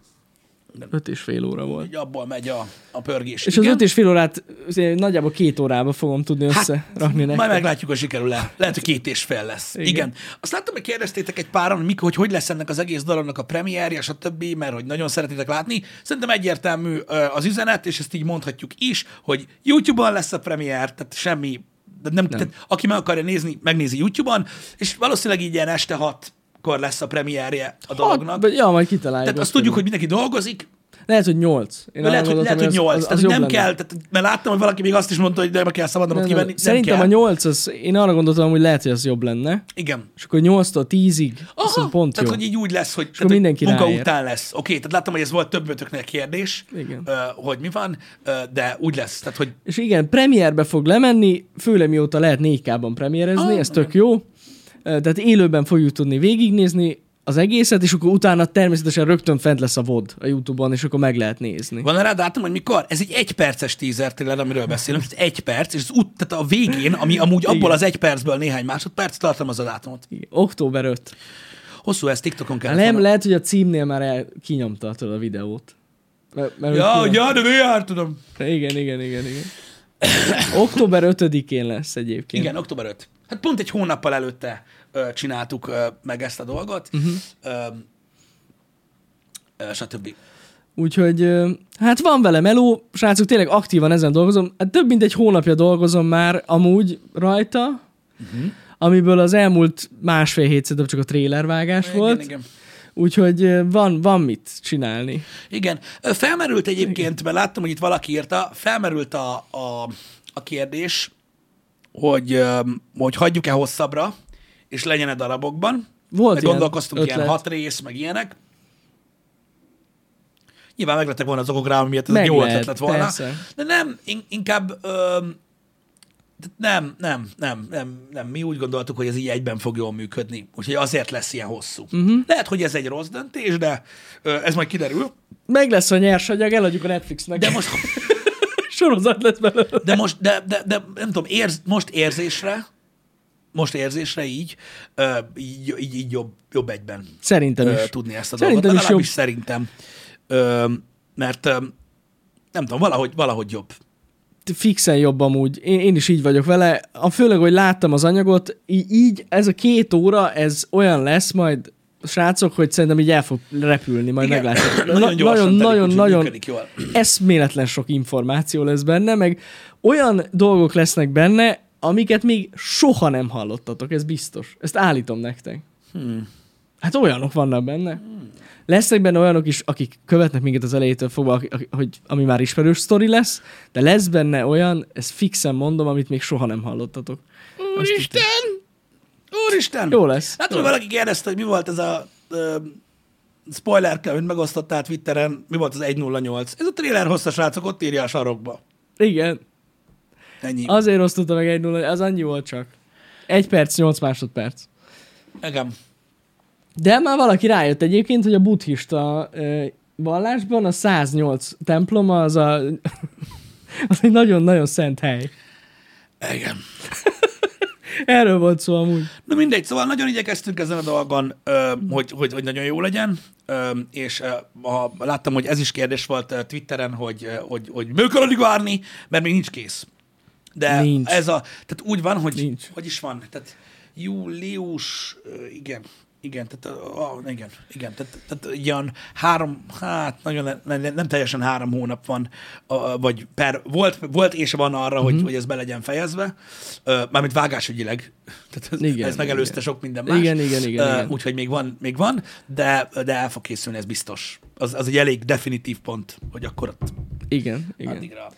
S2: Öt és fél óra volt.
S1: Így abból megy a, a pörgés.
S2: És az
S1: igen. Hát,
S2: öt és fél órát azért nagyjából két órába fogom tudni összerakni nektek.
S1: Majd meglátjuk, hogy sikerül-e. Lehet, hogy két és fél lesz. Igen.
S2: Igen.
S1: Igen. Azt láttam, hogy kérdeztétek egy páran, hogy, mikor, hogy hogy lesz ennek az egész dolognak a premierje, stb., mert hogy nagyon szeretitek látni. Szerintem egyértelmű ö, az üzenet, és ezt így mondhatjuk is, hogy YouTube-on lesz a premier, tehát semmi, de nem, nem. Tehát, aki meg akarja nézni, megnézi YouTube-on, és valószínűleg így ilyen este hatkor lesz a premierje a dolognak.
S2: Hát, ja, majd kitaláljuk.
S1: tehát azt tudjuk, hogy mindenki dolgozik,
S2: Lehet, hogy 8. Én arra
S1: lehet, hogy,
S2: gondoltam,
S1: lehet, hogy
S2: az-
S1: 8.
S2: az- az
S1: tehát,
S2: jobb
S1: hogy nem
S2: lenne.
S1: kell, tehát, mert láttam, hogy valaki még azt is mondta, hogy nem kell szabadon ott
S2: Nem, nem.
S1: kivenni. Nem
S2: Szerintem
S1: kell.
S2: a 8 az, én arra gondoltam, hogy lehet, hogy az jobb lenne.
S1: Igen.
S2: És akkor 8-tól 10-ig, azt hiszem pont
S1: tehát
S2: jó.
S1: hogy így úgy lesz, hogy, tehát,
S2: akkor
S1: hogy
S2: mindenki
S1: munka
S2: ráér.
S1: után lesz. Oké, tehát láttam, hogy ez volt többötöknél kérdés,
S2: Igen.
S1: Ö, hogy mi van, ö, de úgy lesz. Tehát, hogy
S2: És igen, premierbe fog lemenni, főleg mióta lehet 4K-ban premierezni,
S1: Ah,
S2: ez tök jó. Ö, Tehát élőben fogjuk tudni végignézni, az egészet, és akkor utána természetesen rögtön fent lesz a VOD a YouTube-on, és akkor meg lehet nézni.
S1: Van rá dátum, hogy mikor? Ez egy egyperces teaser thriller, amiről beszélünk. Ez egy perc, és az út, tehát a végén, ami amúgy abból
S2: Igen.
S1: az egy percből néhány másodperc tartalmaz a dátumot.
S2: Igen. Október 5.
S1: Hosszú ez TikTokon kell.
S2: Hát nem, lehet, hogy a címnél már el kinyomta tudod, a videót. Mert, mert
S1: Ja,
S2: úgy
S1: hogy ja, de VR, tudom.
S2: tudom- Igen, igen, igen, igen. Október 5-én lesz egyébként.
S1: Igen, október 5. Hát pont egy hónappal előtte ö, csináltuk ö, meg ezt a dolgot.
S2: Mhm.
S1: Uh-huh. Ö, ö, stb.
S2: Úgyhogy ö, hát van vele meló, srácok, tényleg aktívan ezen dolgozom. Hát több mint egy hónapja dolgozom már amúgy rajta,
S1: Mhm.
S2: uh-huh. amiből az elmúlt másfél hét szerintem csak a trélervágás
S1: Igen,
S2: volt.
S1: igen.
S2: Úgyhogy ö, van, van mit csinálni.
S1: Igen. Ö, Felmerült egyébként, mert láttam, hogy itt valaki írta, felmerült a, a, a kérdés, hogy, öm, hogy hagyjuk-e hosszabbra, és legyen-e darabokban.
S2: Volt
S1: meg
S2: ilyen
S1: gondolkoztunk ilyen
S2: ötlet.
S1: hat rész, meg ilyenek. Nyilván meglettek volna az okok rá, miért ez
S2: Meg
S1: egy jó
S2: lehet,
S1: ötlet lett volna.
S2: persze.
S1: De nem, in- inkább öm, tehát nem, nem, nem, nem, nem. Mi úgy gondoltuk, hogy ez így egyben fog jól működni. Úgyhogy azért lesz ilyen hosszú.
S2: Mhm.
S1: Uh-huh. Lehet, hogy ez egy rossz döntés, de ö, ez majd kiderül.
S2: Meg lesz a nyersanyag, eladjuk a Netflixnek.
S1: De most,
S2: sorozat lesz belőle.
S1: de most, de, de, de nem tudom, érz, most érzésre, most érzésre így, ö, így, így, így jobb, jobb egyben
S2: Szerintem
S1: ö,
S2: is.
S1: tudni ezt a
S2: Szerintem
S1: dolgot.
S2: is
S1: Legalábbis
S2: jobb.
S1: szerintem. Ö, mert ö, nem tudom, valahogy, valahogy jobb.
S2: fixen jobb amúgy. Én, én is így vagyok vele. A főleg, hogy láttam az anyagot, í- így ez a két óra, ez olyan lesz majd, srácok, hogy szerintem így el fog repülni, majd
S1: Igen.
S2: meglátjuk.
S1: Nagyon gyorsan telik,
S2: nagyon,
S1: úgyhogy
S2: nagyon
S1: működik jól.
S2: eszméletlen sok információ lesz benne, meg olyan dolgok lesznek benne, amiket még soha nem hallottatok, ez biztos. Ezt állítom nektek. Hmm. Hát olyanok vannak benne. Hmm. Lesznek benne olyanok is, akik követnek minket az elejétől fogva, aki- aki- hogy ami már ismerős sztori lesz, de lesz benne olyan, ezt fixen mondom, amit még soha nem hallottatok. Azt hittem.
S1: Úristen!
S2: Jó lesz.
S1: Hát tudom, valaki kérdezte, hogy mi volt ez a ö, spoiler, amit megosztottál Twitteren, mi volt az 1.08. Ez a trailer hosszas srácok, ott írja a sarokba.
S2: Igen.
S1: Ennyi. A...
S2: Azért osztotta meg egy 0 az annyi volt csak. Egy perc, nyolc másodperc.
S1: Nekem.
S2: De már valaki rájött egyébként, hogy a buddhista ö, vallásban a 108 templom az a az egy nagyon-nagyon szent hely.
S1: Igen.
S2: Erről volt szó amúgy.
S1: Na mindegy, szóval nagyon igyekeztünk ezen a dolgon, ö, hogy, hogy, hogy nagyon jó legyen, ö, és ö, ha láttam, hogy ez is kérdés volt ö, Twitteren, hogy, ö, hogy, hogy mikor addig várni, mert még nincs kész. De
S2: Nincs.
S1: ez a, tehát úgy van, hogy
S2: Nincs.
S1: hogy is van, tehát július, ö, igen, igen, tehát, ö, a, igen, igen, tehát, tehát ilyen három, hát nagyon le- le- le- nem teljesen három hónap van, a- a, vagy per, volt, volt és van arra,
S2: Mhm.
S1: hogy, hogy ez be legyen fejezve, Ö, mármint vágásügyileg, tehát ez,
S2: Igen,
S1: ez megelőzte
S2: igen.
S1: sok minden más.
S2: Igen, igen, igen,
S1: Ö,
S2: igen.
S1: Úgyhogy még van, még van de, de el fog készülni, ez biztos. Az, az egy elég definitív pont, hogy akkor ott
S2: Igen, igen.
S1: addigra.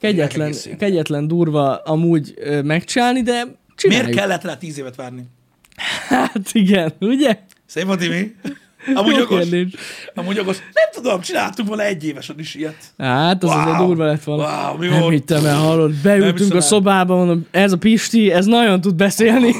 S2: Kegyetlen,
S1: elkészül.
S2: kegyetlen durva amúgy ö, megcsinálni, de csináljuk.
S1: Miért kellett rá tíz évet várni?
S2: Hát igen, ugye?
S1: Szép volt, Timi. Amúgy
S2: Jó
S1: jogos.
S2: kérdés.
S1: Amúgy jogos. Nem tudom, csináltunk volna egy évesen is ilyet.
S2: Hát, az wow. azért
S1: Wow.
S2: durva lett volna.
S1: Wow, mi
S2: nem
S1: volt?
S2: hittem el, hallod. Beültünk
S1: hiszem
S2: a
S1: el.
S2: szobába, mondom, ez a Pisti, ez nagyon tud beszélni.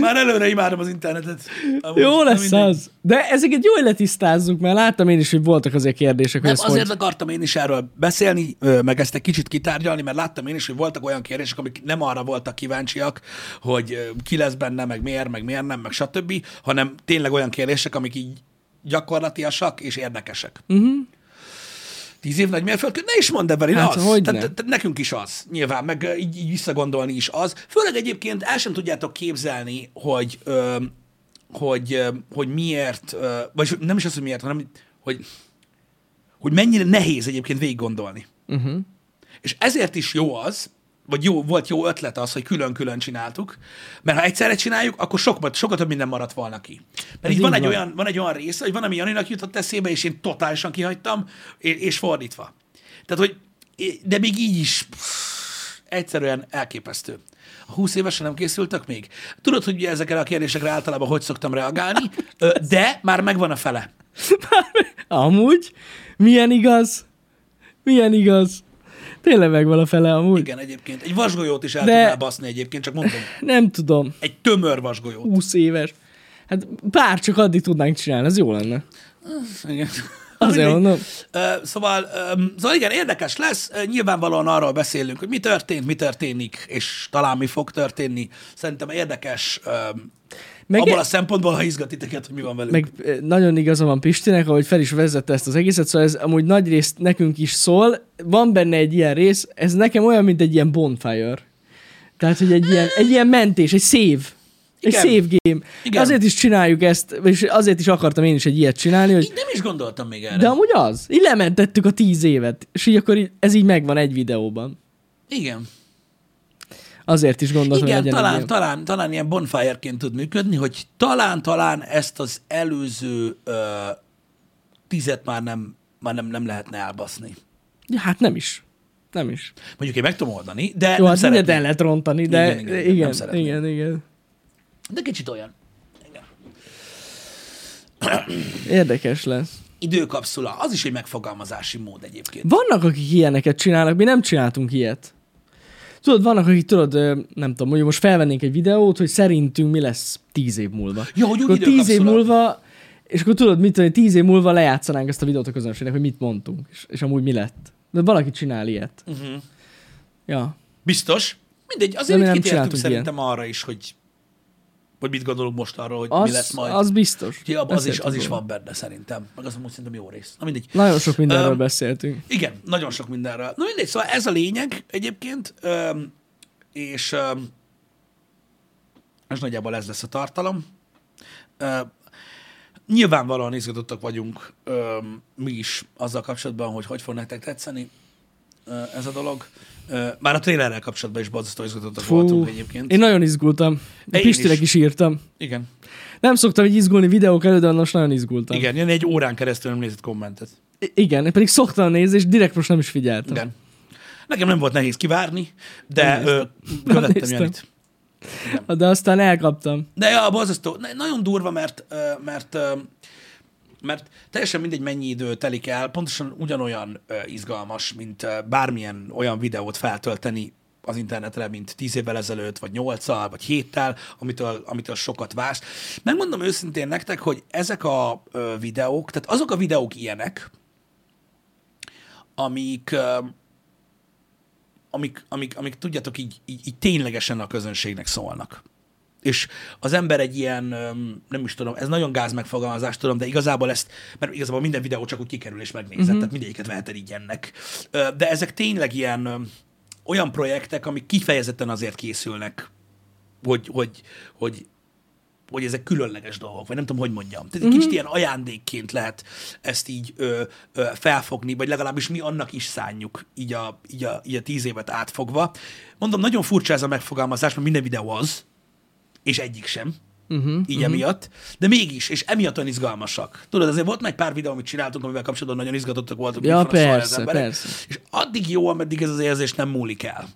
S1: Már előre imádom az internetet. Amúgy,
S2: Jó
S1: na
S2: lesz
S1: mindegy.
S2: az. De ezeket jól letisztázzuk, mert láttam én is, hogy voltak azért kérdések, hogy
S1: Nem,
S2: ez
S1: azért
S2: hogy...
S1: akartam én is erről beszélni, ö, meg ezt egy kicsit kitárgyalni, mert láttam én is, hogy voltak olyan kérdések, amik nem arra voltak kíváncsiak, hogy ö, ki lesz benne, meg miért, meg miért nem, meg stb., hanem tényleg olyan kérdések, amik így gyakorlatiasak és érdekesek. Uh-huh. Tíz év nagy mérföldkő? Ne is mondd ebben,
S2: Hát,
S1: az.
S2: hogyne.
S1: Tehát- tehát nekünk is az, nyilván, meg ö, így, így visszagondolni is az. Főleg egyébként el sem tudjátok képzelni, hogy, ö, hogy, ö, hogy miért, ö, vagy nem is az, hogy miért, hanem hogy hogy mennyire nehéz egyébként végig gondolni. Uh-huh. És ezért is jó az, vagy jó, volt jó ötlet az, hogy külön-külön csináltuk, mert ha egyszerre csináljuk, akkor sokat, sokat több minden maradt volna ki.
S2: Ez
S1: Mert így van
S2: így
S1: egy,
S2: van.
S1: olyan, van egy olyan része, hogy van, ami Janinak jutott eszébe, és én totálisan kihagytam, és, és fordítva. Tehát, hogy, de még így is egyszerűen elképesztő. A 20 évesen nem készültek még? Tudod, hogy ugye ezekre a kérdésekre általában hogy szoktam reagálni, ö, de már megvan a fele.
S2: Amúgy? Milyen igaz? Milyen igaz? Tényleg megvan a fele amúgy.
S1: Igen, egyébként. Egy vasgolyót is el
S2: De-
S1: De... tudnál baszni egyébként, csak mondom.
S2: Nem tudom,
S1: Egy tömör vasgolyót.
S2: 20 éves. Hát bár csak addig tudnánk csinálni, ez jó lenne.
S1: Igen.
S2: Azért
S1: Mindegy.
S2: mondom.
S1: Ö, Szóval, öm, szóval igen, érdekes lesz. Ö, Nyilvánvalóan arról beszélünk, hogy mi történt, mi történik, és talán mi fog történni. Szerintem érdekes öm,
S2: Meg- e-
S1: abból a szempontból, ha izgat titeket, hogy mi van velünk.
S2: Meg eh, nagyon igaza van Pistinek, ahogy fel is vezette ezt az egészet, szóval ez amúgy nagy részt nekünk is szól. Van benne egy ilyen rész, ez nekem olyan, mint egy ilyen bonfire. Tehát, hogy egy ilyen, egy ilyen mentés, egy szév. Egy
S1: Igen.
S2: save game.
S1: Igen.
S2: Azért is csináljuk ezt, és azért is akartam én is egy ilyet csinálni, hogy
S1: Így nem is gondoltam még erre.
S2: de amúgy az. Így lementettük a tíz évet, és így akkor így, ez így megvan egy videóban.
S1: Igen.
S2: Azért is gondoltam,
S1: Igen,
S2: hogy legyen egy
S1: talán,
S2: ilyen.
S1: talán, talán ilyen bonfireként tud működni, hogy talán-talán ezt az előző ö, tizet már nem, már nem, nem lehetne elbaszni.
S2: Ja, hát nem is. Nem is.
S1: Mondjuk én meg tudom oldani, de
S2: Jó,
S1: Hát nem
S2: hát mindent
S1: szeretném.
S2: el lehet rontani, de
S1: Igen, igen,
S2: igen, igen,
S1: igen, nem
S2: igen,
S1: szeretném.
S2: igen, igen.
S1: De kicsit olyan. Igen.
S2: Érdekes lesz.
S1: Időkapszula, az is egy megfogalmazási mód egyébként.
S2: Vannak, akik ilyeneket csinálnak, mi nem csináltunk ilyet. Tudod, vannak, akik tudod, ö, nem tudom, mondjuk most felvennénk egy videót, hogy szerintünk mi lesz tíz év múlva.
S1: Ja, hogy úgy
S2: akkor tíz év
S1: időkapszula.
S2: múlva, és akkor tudod, mit tudom, én, tíz év múlva lejátszanánk ezt a videót a közönségnek, hogy mit mondtunk, és, és amúgy mi lett. De valaki csinál ilyet. Uh-huh.
S1: Mhm.
S2: Ja.
S1: Biztos. Mindegy,
S2: De
S1: azért
S2: mi
S1: itt
S2: nem
S1: kitértünk
S2: csináltunk
S1: szerintem arra is, hogy, hogy mit gondolunk most arról, hogy
S2: Az,
S1: mi lesz majd.
S2: az biztos.
S1: Úgyhogy abban az, is, az
S2: Beszéltünk
S1: is
S2: róla.
S1: van benne szerintem. Meg az amúgy szerintem jó rész. Na mindegy.
S2: Nagyon sok mindenről
S1: Öm,
S2: beszéltünk.
S1: Igen, nagyon sok mindenről. Na mindegy, szóval ez a lényeg egyébként, öm, és öm, és nagyjából ez lesz a tartalom. Öm, Nyilvánvalóan izgatottak vagyunk öm, mi is azzal kapcsolatban, hogy hogy fog nektek tetszeni ö, ez a dolog. Ö, Már a trélerrel kapcsolatban is borzasztó izgatottak
S2: Fú,
S1: voltunk egyébként.
S2: Én nagyon izgultam.
S1: Én is.
S2: Pistinek is. írtam.
S1: Igen,
S2: Nem szoktam így izgulni videók előtt, de most nagyon izgultam.
S1: igen, ilyen egy órán keresztül nem nézett kommentet.
S2: I- igen, én pedig szoktam nézni, és direkt most nem is figyeltem.
S1: Igen. Nekem nem volt nehéz kivárni, de
S2: Nem
S1: ö,
S2: Nem
S1: követtem
S2: néztem.
S1: Janit.
S2: De aztán elkaptam.
S1: De ja, borzasztó. Na- Nagyon durva, mert, ö, mert, ö, mert teljesen mindegy, mennyi idő telik el, pontosan ugyanolyan ö, izgalmas, mint ö, bármilyen olyan videót feltölteni az internetre, mint tíz évvel ezelőtt, vagy nyolccal, vagy héttel, amitől, amitől sokat vársz. Megmondom őszintén nektek, hogy ezek a ö, videók, tehát azok a videók ilyenek, amik, ö, amik, amik, amik tudjátok, így, így, így ténylegesen a közönségnek szólnak. És az ember egy ilyen, öm, nem is tudom, ez nagyon gáz megfogalmazás, tudom, de igazából ezt, mert igazából minden videó csak úgy kikerül és megnézed, mm-hmm. tehát mindegyiket veheted így ennek. Ö, De ezek tényleg ilyen öm, olyan projektek, amik kifejezetten azért készülnek, hogy, hogy, hogy, hogy ezek különleges dolgok, vagy nem tudom, hogy mondjam. Tehát egy
S2: Mhm.
S1: kicsit ilyen ajándékként lehet ezt így ö, ö, felfogni, vagy legalábbis mi annak is szánjuk, így a, így, a, így a tíz évet átfogva. Mondom, nagyon furcsa ez a megfogalmazás, mert minden videó az, és egyik sem,
S2: Mhm,
S1: uh-huh, így uh-huh. emiatt, de mégis, és emiatt olyan izgalmasak. Tudod, azért volt meg pár videó, amit csináltunk, amivel kapcsolatban nagyon izgatottak voltunk.
S2: Ja,
S1: mit fognak szólni az
S2: persze,
S1: emberek.
S2: persze.
S1: És addig jó, ameddig ez az érzés nem múlik el.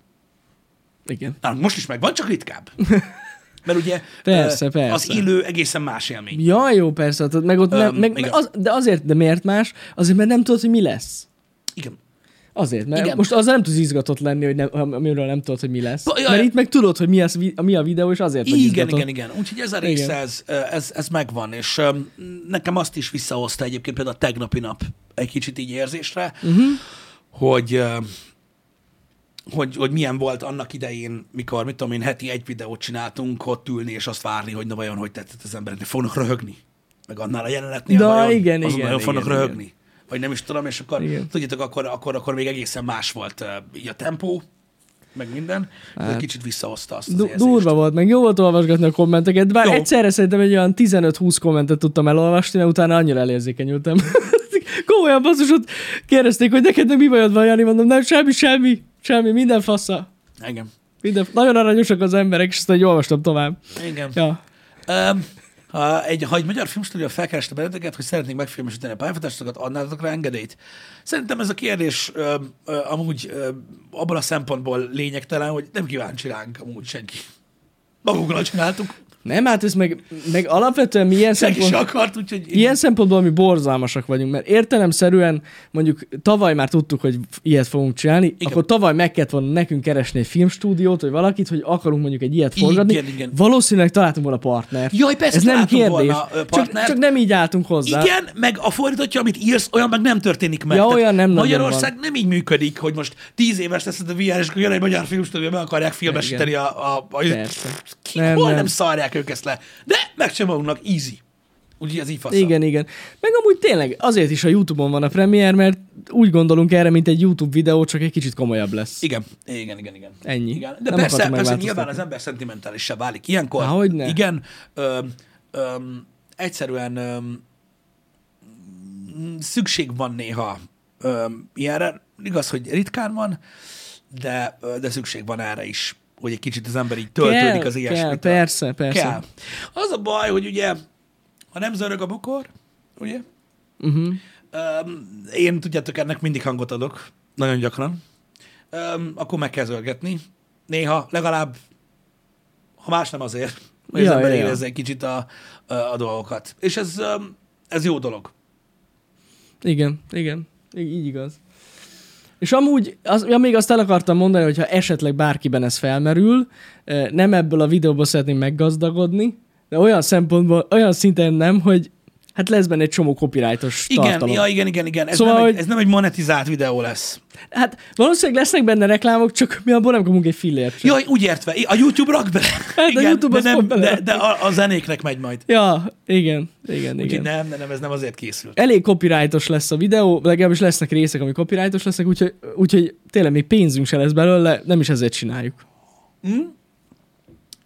S2: Igen.
S1: Na, most is megvan, csak ritkább. Mert ugye
S2: Persze,
S1: ö,
S2: persze.
S1: az élő egészen más élmény.
S2: Ja, jó, persze, tehát meg ott nem,
S1: Öm,
S2: meg, meg
S1: igen.
S2: az, de azért, de miért más? Azért, mert nem tudod, hogy mi lesz.
S1: Igen.
S2: Azért, mert
S1: Igen.
S2: igen. most azzal nem tudsz izgatott lenni, hogy nem, am- amiről nem tudod, hogy mi lesz.
S1: Pa- ja,
S2: mert
S1: ja.
S2: itt meg tudod, hogy mi, az, vi- mi a videó, és azért vagy
S1: Igen,
S2: izgatott.
S1: igen, igen. Úgyhogy ez a része,
S2: Igen.
S1: ez, ez, ez megvan, és öm, nekem azt is visszahozta egyébként például a tegnapi nap egy kicsit így érzésre,
S2: Mhm.
S1: uh-huh. hogy, öm, hogy, hogy milyen volt annak idején, mikor, mit tudom én, heti egy videót csináltunk, ott ülni és azt várni, hogy na vajon, hogy tetszett az embernek, fognak röhögni. Meg annál a jelenetnél
S2: Na,
S1: vajon,
S2: igen,
S1: azon
S2: igen,
S1: nagyon fognak
S2: igen,
S1: röhögni. Vagy nem is tudom, és akkor, igen.
S2: Igen.
S1: tudjátok, akkor, akkor, akkor még egészen más volt ö, így a tempó, meg minden, hát. kicsit visszahozta azt az
S2: Du-
S1: érzést.
S2: durva volt, meg jó volt olvasgatni a kommenteket, bár
S1: Jó.
S2: jó. egyszerre szerintem egy olyan 15-20 kommentet tudtam elolvasni, mert utána annyira elérzékenyültem. Komolyan basszus, ott kérdezték, hogy neked meg mi bajod van, Jani, mondom, nem, semmi, semmi, semmi, minden fasza.
S1: Igen.
S2: Minden, nagyon aranyosak az emberek, és aztán így olvastam tovább.
S1: Igen.
S2: Ja.
S1: Um, ha, egy, ha egy magyar filmstúdió felkereste benneteket, hogy szeretnék megfilmesíteni a pályafutásokat, adnátok rá engedélyt? Szerintem ez a kérdés öm, ö, amúgy öm, abban a szempontból lényegtelen, hogy nem kíváncsi ránk amúgy senki. Magunkra csináltuk.
S2: Nem, hát ez meg, meg alapvetően mi ilyen
S1: Senki
S2: szempontból...
S1: se akart, úgyhogy...
S2: Ilyen szempontból mi borzalmasak vagyunk, mert értelemszerűen mondjuk tavaly már tudtuk, hogy ilyet fogunk csinálni,
S1: Igen.
S2: akkor tavaly meg kellett volna nekünk keresni egy filmstúdiót, vagy valakit, hogy akarunk mondjuk egy ilyet forgatni.
S1: Igen, igen.
S2: Valószínűleg találtunk volna partnert.
S1: Jaj, persze,
S2: Ez nem
S1: találtunk
S2: kérdés.
S1: volna, ö,
S2: csak,
S1: partnert.
S2: csak nem így álltunk hozzá.
S1: Igen, meg a fordítottja, amit írsz, olyan meg nem történik meg.
S2: Ja,
S1: Tehát
S2: olyan nem nagyon
S1: Magyarország nem így működik, hogy most tíz éves teszed a VR, és akkor jön egy magyar filmstúdió, meg akarják filmesíteni
S2: Igen.
S1: a... a, a
S2: Persze.
S1: Ki,
S2: Nem,
S1: nem, hol nem.
S2: nem.
S1: szarják ők ezt le? De megcsinálunk magunknak, easy. Úgyhogy ez így faszom.
S2: Igen, igen. Meg amúgy tényleg azért is a YouTube-on van a premier, mert úgy gondolunk erre, mint egy YouTube videó, csak egy kicsit komolyabb lesz.
S1: Igen, igen, igen. igen.
S2: Ennyi.
S1: Igen. De
S2: Nem
S1: persze,
S2: akartam
S1: persze
S2: megváltoztatni.
S1: nyilván az ember szentimentálisá válik ilyenkor.
S2: Há, hogyne.
S1: Igen. Öm, öm, egyszerűen öm, mm, szükség van néha öm, ilyenre. Igaz, hogy ritkán van, de, ö, de szükség van erre is, hogy egy kicsit az ember így töltődik az
S2: kell,
S1: ilyesmitől.
S2: persze, persze.
S1: Kell. Az a baj, hogy ugye, ha nem zörög a bokor, ugye?
S2: Uh-huh.
S1: Öm, én tudjátok, ennek mindig hangot adok, nagyon gyakran. Öm, akkor meg kell zörgetni. Néha, legalább, ha más nem azért, hogy ja,
S2: Ja,
S1: az ember
S2: ja, ja.
S1: érezze egy kicsit a, a a dolgokat. És ez, öm, ez jó dolog.
S2: Igen, igen, így így igaz. És amúgy, az, ja, még azt el akartam mondani, hogy ha esetleg bárkiben ez felmerül, eh, nem ebből a videóból szeretnénk meggazdagodni, de olyan szempontból, olyan szinten nem, hogy hát lesz benne egy csomó copyrightos
S1: Igen,
S2: tartalom.
S1: ja, igen, igen, igen. Ez,
S2: Szóval,
S1: szóval, nem egy,
S2: hogy-
S1: ez nem egy monetizált videó lesz.
S2: Hát valószínűleg lesznek benne reklámok, csak mi abból nem kapunk egy fillért sem.
S1: Jaj, úgy értve, a YouTube rak bele.
S2: a Hát, YouTube
S1: de,
S2: az fog
S1: nem,
S2: bele
S1: de, de a, a zenéknek megy majd.
S2: Ja, igen, igen,
S1: Úgyhogy
S2: igen. E-
S1: nem, nem, nem, ez nem azért készült.
S2: Elég copyrightos lesz a videó, legalábbis lesznek részek, ami copyrightos lesznek, úgyhogy, úgyhogy tényleg még pénzünk se lesz belőle, nem is ezért csináljuk.
S1: Hm?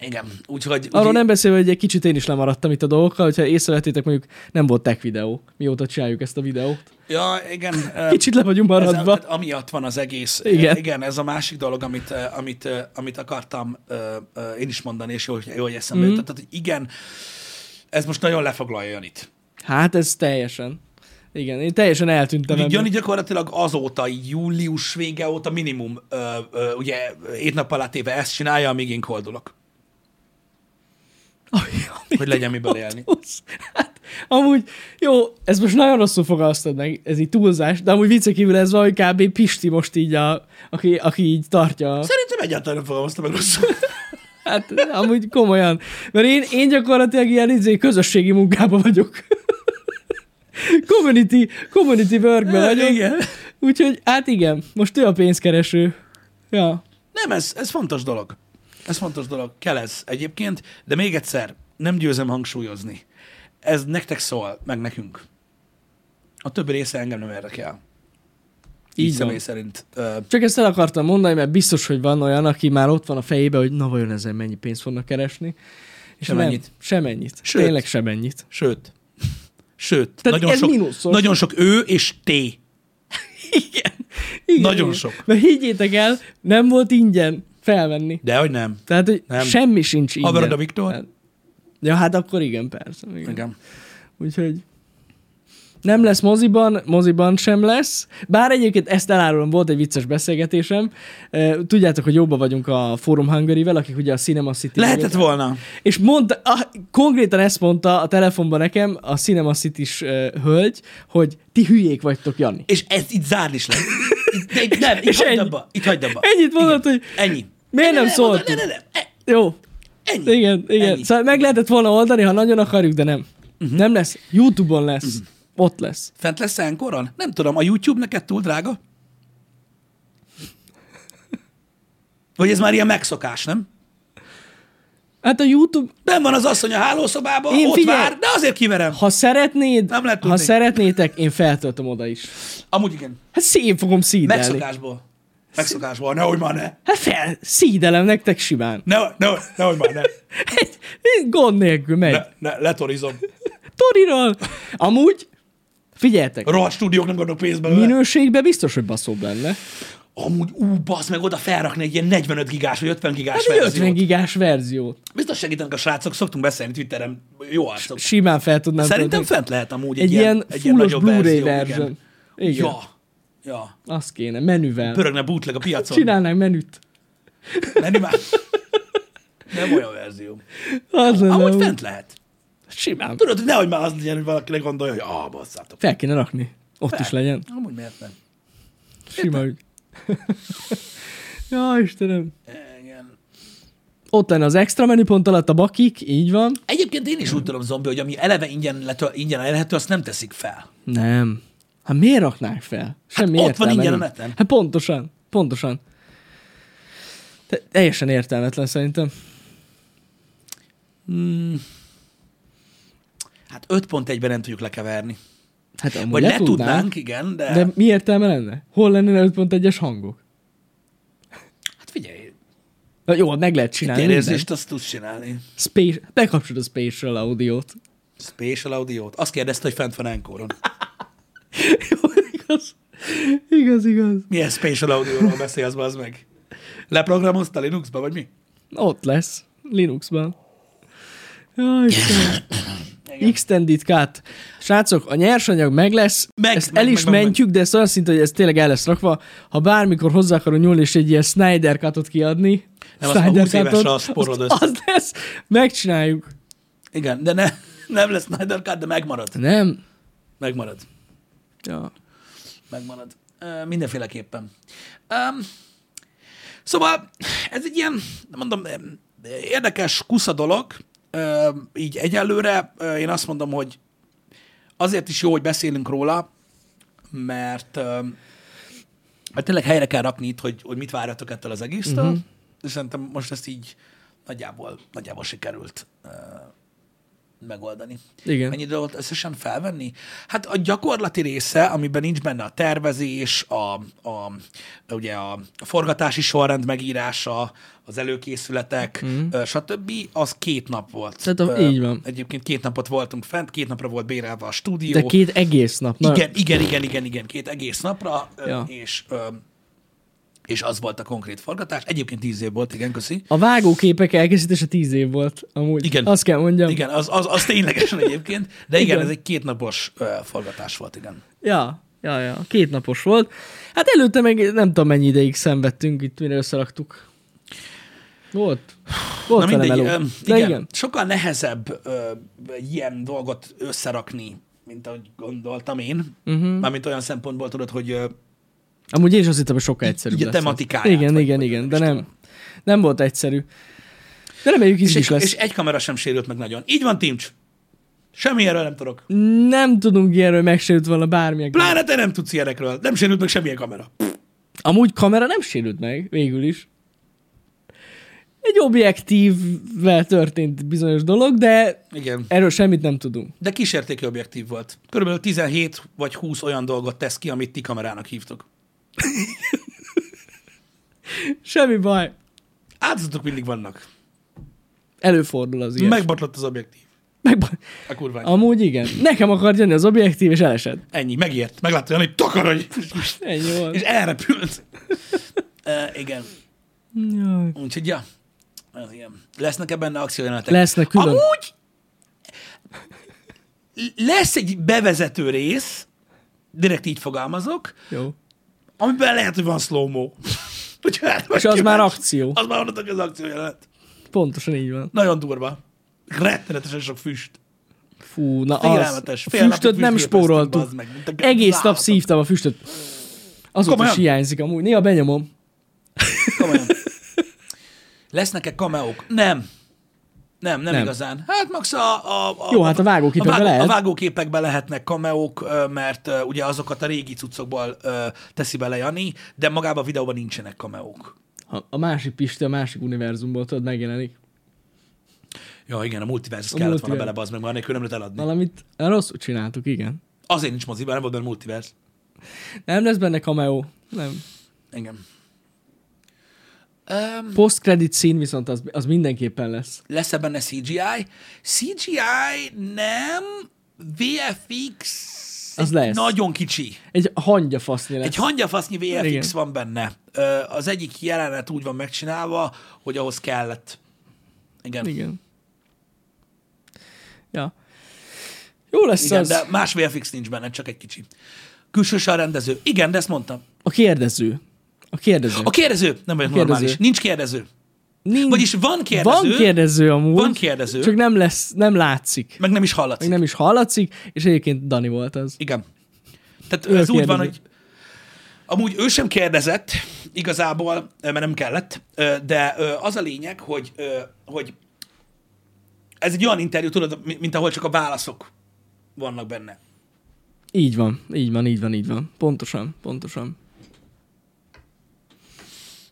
S1: Igen, úgyhogy...
S2: Arról
S1: úgyhogy-
S2: nem beszélve, hogy egy kicsit én is lemaradtam itt a dolgokkal, hogyha észrevettétek, mondjuk nem volt tech videó, mióta csináljuk ezt a videót.
S1: Ja, igen. öm,
S2: Kicsit le vagyunk
S1: Ez,
S2: maradva.
S1: tehát amiatt van az egész.
S2: Igen.
S1: Igen. igen, ez a másik dolog, amit, eh, amit, eh, amit akartam eh, eh, én is mondani, és jó, hogy- jó hogy eszembe mm. jutott. Tehát, hogy igen, ez most nagyon lefoglalja Janit.
S2: Hát ez teljesen. Igen, én teljesen eltűntem.
S1: Így
S2: ebből.
S1: Jani gyakorlatilag azóta, így július vége óta minimum, ö, ö, ugye hét nap alá téve ezt csinálja, amíg én koldulok. Hogy legyen miből élni.
S2: Plusz, Hát, amúgy, jó, ez most nagyon rosszul fogalmaztad meg, ez így túlzás, de amúgy vicce kívül ez van, hogy kb. Pisti most így, a, aki, aki így tartja. a-
S1: Szerintem egyáltalán nem fogalmaztam meg rosszul.
S2: Hát, amúgy komolyan. Mert én, én gyakorlatilag ilyen izé, közösségi munkában vagyok. community, community workben vagyok.
S1: Igen.
S2: Úgyhogy, hát igen, most ő a pénzkereső. Ja.
S1: Nem, ez, ez fontos dolog. Ez fontos dolog. Kell ez egyébként, de még egyszer, nem győzem hangsúlyozni. Ez nektek szól, meg nekünk. A többi része engem nem érdekel. Így,
S2: Így
S1: Így
S2: van.
S1: személy szerint. Ö,
S2: Csak ezt el akartam mondani, mert biztos, hogy van olyan, aki már ott van a fejébe, hogy na vajon ezzel mennyi pénzt fognak keresni. És
S1: Semennyit.
S2: Nem, semennyit.
S1: Sőt.
S2: Tényleg semennyit.
S1: sőt. Sőt.
S2: Tehát
S1: nagyon,
S2: ez szóval
S1: sok,
S2: mínuszos.
S1: nagyon sok ő és té.
S2: Igen. igen
S1: Nagyon
S2: igen.
S1: sok.
S2: Mert higgyétek el, nem volt ingyen felvenni.
S1: De hogy nem.
S2: Tehát, hogy nem.
S1: Nem.
S2: semmi sincs ingyen.
S1: Haverod a Viktor?
S2: Tehát- Ja, hát akkor igen, persze. Igen. igen.
S1: Igen.
S2: Úgyhogy nem lesz moziban, moziban sem lesz. Bár egyébként ezt elárulom, volt egy vicces beszélgetésem. Eh, Tudjátok, hogy jobban vagyunk a Forum Hungary-vel, akik ugye a Cinema City...
S1: Lehetett volna.
S2: És mondta, ah, konkrétan ezt mondta a telefonban nekem a Cinema City-s eh, hölgy, hogy ti hülyék vagytok, Jani.
S1: És ez itt zárd is le. Itt, itt, nem, itt
S2: És
S1: hagyd
S2: ennyi.
S1: abba. Itt hagyd abba.
S2: Ennyit mondott, hogy
S1: Ennyi.
S2: miért nem
S1: szólt? Ne,
S2: szóltunk?
S1: ne, ne, ne. E-
S2: Jó,
S1: Ennyi.
S2: igen, igen.
S1: Ennyi. Mhm.
S2: Szóval meg lehetett volna oldani, ha nagyon akarjuk, de nem. Nem lesz. Youtube-on lesz. Ott lesz.
S1: Fent lesz enkoron? Nem tudom, a YouTube neked túl drága? Vagy ez már ilyen megszokás, nem?
S2: Hát a Youtube,
S1: Ben van az asszony a hálószobában,
S2: Én
S1: ott
S2: figyelj-
S1: vár, de azért kiverem.
S2: ha szeretnéd,
S1: Nem lehet
S2: ha
S1: tudni.
S2: szeretnétek, én feltöltöm oda is.
S1: Amúgy igen,
S2: Hát szép fogom szídelni.
S1: megszokásból. Megszokásból, nehogy már ne.
S2: Hát fel, szídelem nektek simán.
S1: ne nehogy, nehogy már ne.
S2: Egy, egy gond nélkül megy.
S1: ne, ne letorizom.
S2: Toriról. Amúgy, figyeljetek,
S1: Rohadt stúdiók nem gondolnak pénzbe. Minő...
S2: minőségben biztos, hogy baszóbb lenne.
S1: Amúgy, ú, basz, meg oda felrakni egy ilyen 45 gigás vagy 50
S2: Hát
S1: gigás
S2: egy
S1: hát
S2: 50
S1: verziót.
S2: gigás verzió.
S1: Biztos segítenek a srácok, szoktunk beszélni Twitteren, jó arcok.
S2: Simán fel tudnám
S1: Szerintem
S2: tölteni.
S1: fent lehet amúgy egy,
S2: egy ilyen
S1: egy ilyen
S2: fullos
S1: nagyobb
S2: Blu-ray
S1: verzió.
S2: verzió.
S1: Igen.
S2: Igen.
S1: Ja.
S2: Ja.
S1: Ja.
S2: Az kéne, menüvel.
S1: Pörögne bootleg a piacon.
S2: Csinálnánk menüt.
S1: Menni már. Nem olyan verzió.
S2: Az lenne
S1: Amúgy
S2: úgy.
S1: fent lehet.
S2: Simán.
S1: Tudod, hogy nehogy már az legyen, hogy valaki gondolja, hogy ah, basszátok.
S2: Fel kéne rakni. Ott
S1: Fel.
S2: is legyen.
S1: Amúgy miért nem?
S2: Sima ügy. ja, Istenem.
S1: Igen.
S2: Ott lenne az extra menüpont alatt a bakik, így van.
S1: Egyébként én is úgy tudom zombi, hogy ami eleve ingyen, letö- ingyen elérhető, azt nem teszik fel.
S2: Nem. Hát miért raknák fel? Semmi
S1: ott van
S2: értelme
S1: ingyen a
S2: nincs.
S1: neten.
S2: Hát pontosan, pontosan. Te, teljesen értelmetlen szerintem.
S1: Hmm. Hát 5.1-ben nem tudjuk lekeverni.
S2: Hát amúgy
S1: Vagy le
S2: tudnánk,
S1: tudnánk, igen, de,
S2: De mi értelme lenne? Hol lenne 5.1-es hangok?
S1: hát figyelj,
S2: Na jó, meg lehet csinálni. mindent.
S1: térérzést azt tudsz csinálni.
S2: Space, bekapcsolod a Spatial Audio-t.
S1: Spatial Audio-t. Azt kérdezte, hogy fent van Enkoron.
S2: Jó, igaz. Igaz, igaz.
S1: Milyen Spatial Audio-ról beszélsz, az meg? Leprogramozta Linuxba, vagy mi?
S2: Ott lesz. Linuxban. Jaj, Istenem. Extended cut. Srácok, a nyersanyag meg lesz,
S1: Meg,
S2: ezt
S1: meg,
S2: el is
S1: meg, meg,
S2: mentjük, de ezt olyan szinte, hogy ez tényleg el lesz rakva. Ha bármikor hozzá akarunk nyúlni, és egy ilyen Snyder cutot kiadni,
S1: Nem, azt a 20 évesre azt porolod
S2: azt, az lesz, megcsináljuk.
S1: Igen, de ne, nem lesz Snyder Cut, de megmarad.
S2: Nem?
S1: Megmarad.
S2: Ja.
S1: Megmarad. Ö, Mindenféleképpen. Um, szóval ez egy ilyen, mondom, em, érdekes kusza dolog. Ö, Így egyelőre ö, én azt mondom, hogy azért is jó, hogy beszélünk róla, mert, ö, mert tényleg helyre kell rakni itt, hogy, hogy mit várjatok ettől az egésztől.
S2: Mhm.
S1: Uh-huh. És szerintem most ezt így nagyjából, nagyjából sikerült ö, megoldani.
S2: Igen.
S1: Mennyi dolgot összesen felvenni? Hát a gyakorlati része, amiben nincs benne a tervezés, a, a, ugye a forgatási sorrend megírása, az előkészületek, mm. stb. az két nap volt.
S2: Tehát a-
S1: Ö,
S2: Mhm. így van.
S1: Egyébként két napot voltunk fent, két napra volt bérelve a stúdió.
S2: De két egész nap. Na,
S1: Igen, igen, igen, igen, igen, két egész napra, ja.
S2: Ja.
S1: és, ö, és az volt a konkrét forgatás. Egyébként tíz év volt, igen, köszi.
S2: A vágóképek elkészítése tíz év volt, amúgy.
S1: Igen.
S2: Azt kell mondjam.
S1: Igen, az, az, az ténylegesen egyébként, de igen,
S2: Igen.
S1: ez egy kétnapos ö, forgatás volt, igen.
S2: Ja, ja, ja, két napos volt. Hát előtte meg nem tudom mennyi ideig szenvedtünk itt, mire összeraktuk. Volt. Volt
S1: Na mindegy,
S2: velem
S1: ö,
S2: eló.
S1: igen,
S2: De
S1: igen, sokkal nehezebb ö, ilyen dolgot összerakni, mint ahogy gondoltam én.
S2: Mhm.
S1: Uh-huh. Mármint olyan szempontból tudod, hogy ö,
S2: Amúgy én is azt hittem, hogy sokkal egyszerűbb
S1: Így a
S2: lesz ez.
S1: tematikáját,
S2: Igen,
S1: vagy-
S2: igen,
S1: vagy
S2: igen,
S1: nem
S2: de
S1: is
S2: nem.
S1: tudom.
S2: Nem volt egyszerű. De reméljük
S1: és,
S2: így is
S1: egy,
S2: lesz.
S1: és egy kamera sem sérült meg nagyon. Így van, Timcs. Semmi erről nem tudok.
S2: Nem tudunk ilyenről megsérült volna bármilyen. kamera.
S1: Pláne te nem tudsz ilyenekről. Nem sérült meg semmilyen kamera.
S2: Amúgy kamera nem sérült meg, végül is. Egy objektívvel történt bizonyos dolog, de
S1: Igen.
S2: erről semmit nem tudunk.
S1: De kísértéki objektív volt. Körülbelül 17 vagy 20 olyan dolgot tesz ki, amit ti kamerának hívtok.
S2: Semmi baj.
S1: Áldozatok mindig vannak.
S2: Előfordul az ilyen.
S1: Megbotlott az objektív.
S2: Meg...
S1: A kurvány. A...
S2: Amúgy igen. Nekem akart jönni az objektív, és elesett.
S1: Ennyi, megijedt. Meglátta, hogy takarodj!
S2: Ennyi volt.
S1: És elrepült. uh, igen.
S2: Jaj.
S1: Úgyhogy, ja. Ez ilyen. Lesznek-e benne akciójelenetek?
S2: Lesznek külön.
S1: Amúgy lesz egy bevezető rész, direkt így fogalmazok,
S2: Jó.
S1: amiben lehet, hogy van slow-mo. Hogyha erre vagy
S2: És az már
S1: kíváncsi.
S2: akció.
S1: Az már onnantól az akció jelenet.
S2: Pontosan így van.
S1: Nagyon durva. Rettenetesen sok füst.
S2: Fú, na
S1: Félelmetes.
S2: az.
S1: Fél napig
S2: füstöt nem
S1: füstgépeztünk,
S2: spóroltuk.
S1: bazd meg, mint a
S2: Egész nap
S1: szállatok.
S2: szívtam a füstöt. Azóta
S1: Komolyan?
S2: is hiányzik amúgy. Néha benyomom.
S1: Komolyan. Lesznek-e kameók? Nem. Nem, nem, nem
S2: Nem.
S1: igazán. Hát max a, a, a
S2: Jó, hát a vágóképekben
S1: a
S2: lehet.
S1: A vágóképekben lehetnek kameók, ö, mert ö, ugye azokat a régi cuccokból ö, teszi bele Jani, de magában a videóban nincsenek kameók.
S2: A, a másik Pisti a másik univerzumból tudod megjelenik.
S1: Ja, igen, a multiversus
S2: A
S1: kellett volna
S2: multiverse.
S1: bele, az meg már nélkül nem lehet eladni.
S2: Valamit rosszul csináltuk, igen.
S1: Azért nincs moziban, nem volt benne multiverse.
S2: Nem lesz benne cameo. Nem.
S1: Igen. Um,
S2: Post-credit szín viszont az, az mindenképpen lesz.
S1: lesz-e benne CGI? CGI nem, VFX
S2: Az
S1: egy
S2: lesz.
S1: nagyon kicsi.
S2: Egy hangya fasznyi lesz.
S1: Egy hangyafasznyi VFX Igen.
S2: Igen.
S1: van benne. Ö, Az egyik jelenet úgy van megcsinálva, hogy ahhoz kellett. Igen. Igen,
S2: Hát Igen. Ja. Jó lesz Igen, az.
S1: de más VFX nincs benne, csak egy kicsi. Külsős a rendező. Igen, de ezt mondtam.
S2: A kérdező. A kérdező.
S1: A kérdező nem vagyok
S2: kérdező.
S1: normális. Nincs kérdező.
S2: Nincs.
S1: Vagyis van kérdező,
S2: Kérdező? Van kérdező amúgy,
S1: Van kérdező.
S2: csak nem lesz, nem látszik.
S1: meg nem is hallatszik.
S2: Még nem is hallatszik, és egyébként Dani volt az.
S1: Igen. Tehát
S2: Ő a
S1: ez úgy van,
S2: kérdező.
S1: hogy amúgy ő sem kérdezett igazából, mert nem kellett, de az a lényeg, hogy, hogy ez egy olyan interjú, tudod, mint ahol csak a válaszok vannak benne.
S2: Így van, így van, így van, így van. Pontosan, pontosan.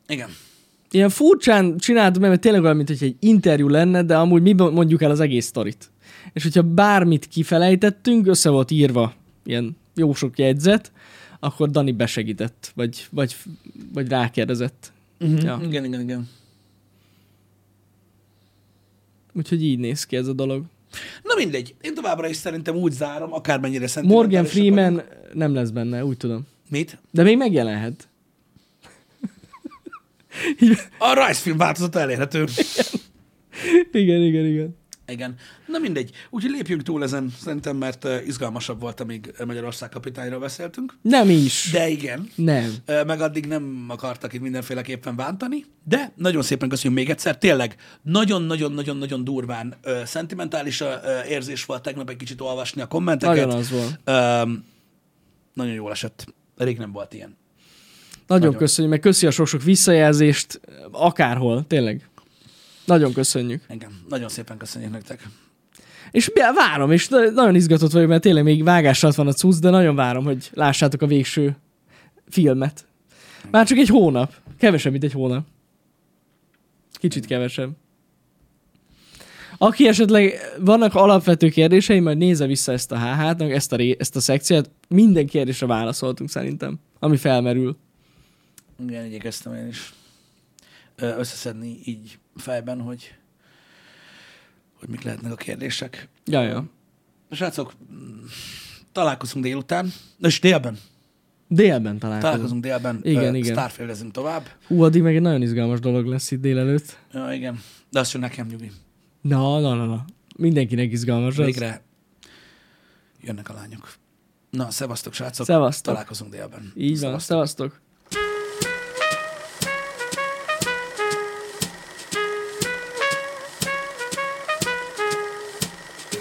S1: Igen.
S2: Ilyen furcsán csináltam, mert tényleg olyan, mint hogy egy interjú lenne, de amúgy mi mondjuk el az egész sztorit. És hogyha bármit kifelejtettünk, össze volt írva ilyen jó sok jegyzet, akkor Dani besegített, vagy, vagy, vagy rákérdezett.
S1: Uh-huh.
S2: Ja.
S1: Igen, igen, igen.
S2: Úgyhogy így néz ki ez a dolog.
S1: Na mindegy, én továbbra is szerintem úgy zárom, akármennyire szerintem.
S2: Morgan Freeman nem lesz benne, úgy tudom.
S1: Mit?
S2: De még megjelenhet.
S1: A rajzfilm változata elérhető.
S2: Igen, igen, igen.
S1: Igen. Na mindegy. Úgyhogy lépjünk túl ezen, szerintem, mert ö, izgalmasabb volt, amíg Magyarország kapitányról beszéltünk.
S2: Nem is.
S1: De igen.
S2: Nem.
S1: Ö, meg addig nem akartak itt mindenféleképpen bántani, de nagyon szépen köszönjük még egyszer, tényleg nagyon-nagyon-nagyon-nagyon durván ö, szentimentális ö, ö, érzés volt tegnap egy kicsit olvasni a kommenteket.
S2: Nagyon az volt.
S1: Ö, nagyon jól esett. Rég nem volt ilyen.
S2: Nagyon,
S1: Nagyon.
S2: Nagyon. köszönjük, meg köszi a sok-sok visszajelzést, akárhol, tényleg. Nagyon köszönjük.
S1: Engem. Nagyon szépen köszönjük nektek.
S2: És be- várom, és na- nagyon izgatott vagyok, mert tényleg még vágás alatt van a cucc, de nagyon várom, hogy lássátok a végső filmet. Már csak egy hónap. Kevesebb, mint egy hónap. Kicsit kevesebb. Aki esetleg vannak alapvető kérdései, majd nézze vissza ezt a HH-t, meg ezt a, ré- ezt a szekciót, minden kérdésre válaszoltunk szerintem, ami felmerül.
S1: Igen, igyekeztem én is ö, összeszedni így fejben, hogy, hogy mik lehetnek a kérdések.
S2: Ja, ja.
S1: Srácok, mm, találkozunk délután, és délben.
S2: Délben találkozunk.
S1: Találkozunk délben.
S2: Igen,
S1: Ö,
S2: igen.
S1: Starfieldezünk tovább.
S2: Hú, addig meg egy nagyon izgalmas dolog lesz itt délelőtt.
S1: Ja, igen. De azt jön nekem nyugi.
S2: Na, na, na, na. Mindenkinek izgalmas lesz.
S1: Végre jönnek a lányok. Na, szevasztok, srácok.
S2: Szevasztok.
S1: Találkozunk délben.
S2: Így van, szevasztok.